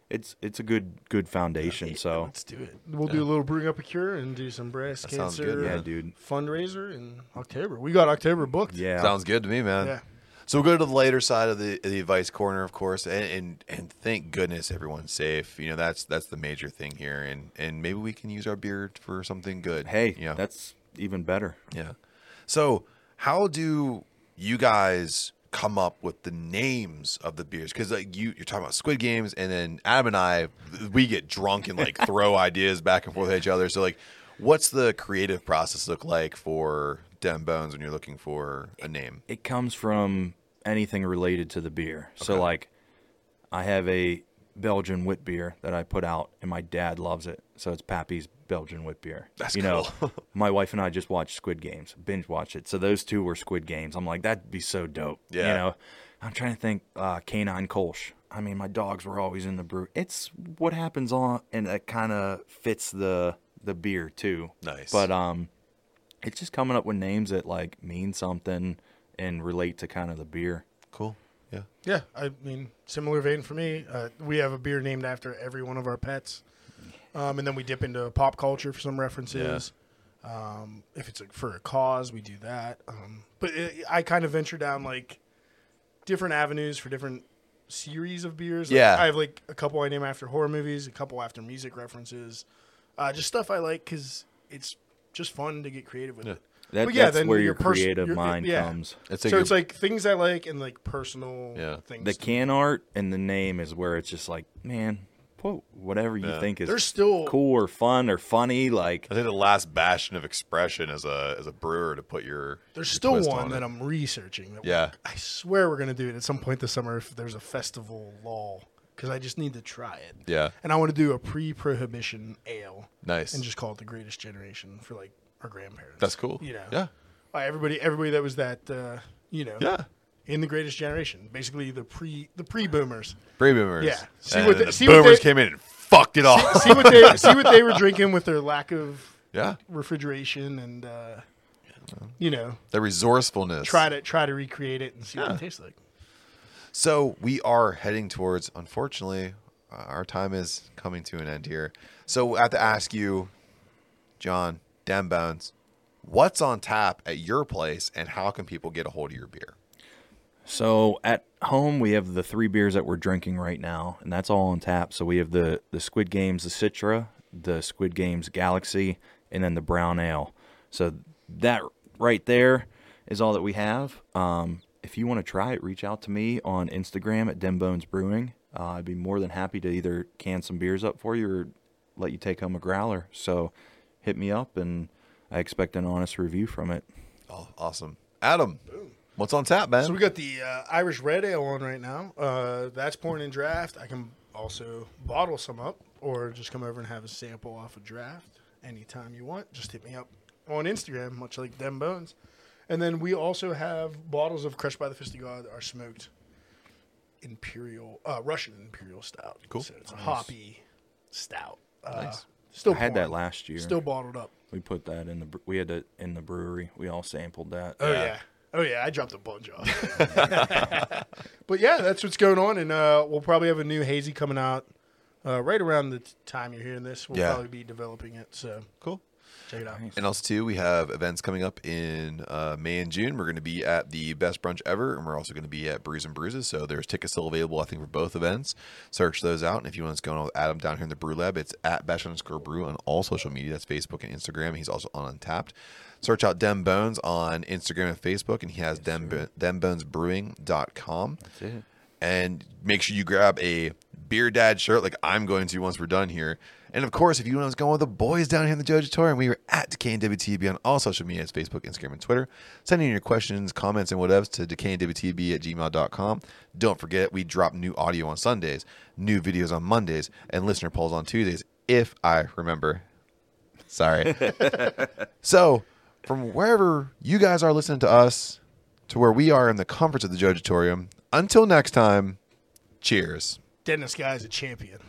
D: it's it's a good good foundation. so
C: Let's do it. We'll do a little brewing up a cure and do some breast
A: sounds
C: cancer
A: good,
D: yeah,
A: yeah.
D: dude.
C: fundraiser in October. We got October booked.
D: Yeah.
A: Sounds good to me, man.
C: Yeah.
A: So we'll go to the later side of the the advice corner, of course, and, and and thank goodness everyone's safe. You know, that's that's the major thing here, and and maybe we can use our beer for something good.
D: hey,
A: yeah,
D: that's even better.
A: yeah. So how do you guys come up with the names of the beers? Because like you you're talking about Squid Games, and then Adam and I we get drunk and like throw ideas back and forth at each other. So like, what's the creative process look like for Dem Bones when you're looking for a name?
D: It comes from anything related to the beer. So like I have a Belgian wit beer that I put out and my dad loves it. So it's Pappy's Belgian wit beer.
A: That's
D: you know,
A: cool.
D: my wife and I just watched Squid Games, binge watched it. So those two were Squid Games. I'm like, that'd be so dope.
A: Yeah.
D: You know, I'm trying to think uh, canine Kolsch. I mean, my dogs were always in the brew. It's what happens on, and that kind of fits the the beer too.
A: Nice.
D: But um, it's just coming up with names that like mean something and relate to kind of the beer.
A: Cool. Yeah.
C: Yeah, I mean, similar vein for me. Uh, we have a beer named after every one of our pets, um, and then we dip into pop culture for some references. Um, if it's like for a cause, we do that. Um, but it, I kind of venture down like different avenues for different series of beers. Like,
A: Yeah.
C: I have like a couple I name after horror movies, a couple after music references, uh, just stuff I like because it's just fun to get creative with it.
D: That,
C: But yeah,
D: that's
C: then
D: where your
C: your pers-
D: creative
C: your-
D: mind
C: yeah.
D: comes.
A: It's
C: so it's like things I like and like personal
A: Yeah.
C: things.
D: The can art and the name is where it's just like, man, quote whatever you
A: Yeah.
D: think is
C: There's still
D: cool or fun or funny. Like,
A: I think the last bastion of expression as a as a brewer to put your
C: There's
A: your
C: still
A: twist
C: one
A: on
C: that
A: it.
C: I'm researching. That
A: Yeah.
C: I swear we're gonna do it at some point this summer if there's a festival lull because I just need to try it.
A: yeah
C: And I want to do a pre-prohibition ale
A: nice
C: and just call it the Greatest Generation for like our grandparents.
A: that's cool
C: You know.
A: yeah
C: Why everybody, everybody that was that, uh, you know,
A: yeah
C: in the Greatest Generation, basically the pre the pre-boomers.
A: Brave boomers
C: Yeah. See
A: And
C: what they-
A: the
C: see what
A: boomers
C: they-
A: came in and fucked it all
C: see what they see what they were drinking with their lack of
A: yeah
C: refrigeration and uh, you know
A: the resourcefulness
C: try to try to recreate it and see what
A: Yeah.
C: it tastes like.
A: So we are heading towards, unfortunately, uh, our time is coming to an end here. So I have to ask you, John Dambones, what's on tap at your place and how can people get a hold of your beer?
D: So at home we have the three beers that we're drinking right now, and that's all on tap. So we have the the Squid Games, the Citra, the Squid Games Galaxy, and then the Brown Ale. So that right there is all that we have. Um, if you want to try it, reach out to me on Instagram at Dembones Brewing. Uh, I'd be more than happy to either can some beers up for you or let you take home a growler. So hit me up, and I expect an honest review from it.
A: Oh, awesome. Adam, what's on tap, man?
C: So we got the uh, Irish Red Ale on right now. Uh, that's pouring in draft. I can also bottle some up or just come over and have a sample off a draft anytime you want. Just hit me up on Instagram, much like Them Bones. And then we also have bottles of Crushed by the Fist of God, our smoked Imperial, uh, Russian Imperial Stout.
A: Cool.
C: So it's a hoppy stout. Uh,
A: Nice.
C: Still
D: I had that
C: pouring.
D: last year.
C: Still bottled up.
D: We put that in the br- we had it in the brewery. We all sampled that.
C: Oh yeah. Oh yeah, I dropped a bunch off. but yeah, that's what's going on, and uh, we'll probably have a new hazy coming out uh, right around the t- time you're hearing this. We'll
A: Yeah.
C: probably be developing it, so
A: cool.
C: check it out.
A: And also, too, we have events coming up in uh, May and June. We're going to be at the Best Brunch Ever, and we're also going to be at Brews and Bruises. So there's tickets still available, I think, for both events. Search those out. And if you want what's going on with Adam down here in the Brew Lab, it's at Bash underscore Brew on all social media. That's Facebook and Instagram. He's also on Untapped. Search out Dem Bones on Instagram and Facebook, and he has Dem dembonesbrewing.com. That's
D: it.
A: and make sure you grab a beer dad shirt like I'm going to once we're done here. And of course, if you want to go with the boys down here in the Judge Tour, and we are at DecayandWTB on all social medias Facebook, Instagram, and Twitter. Send in your questions, comments, and whatevs to decayandwtb at gmail.com. Don't forget, we drop new audio on Sundays, new videos on Mondays, and listener polls on Tuesdays, if I remember. Sorry. So, from wherever you guys are listening to us to where we are in the comforts of the judgatorium, until next time, cheers.
C: Dennis guy's a champion.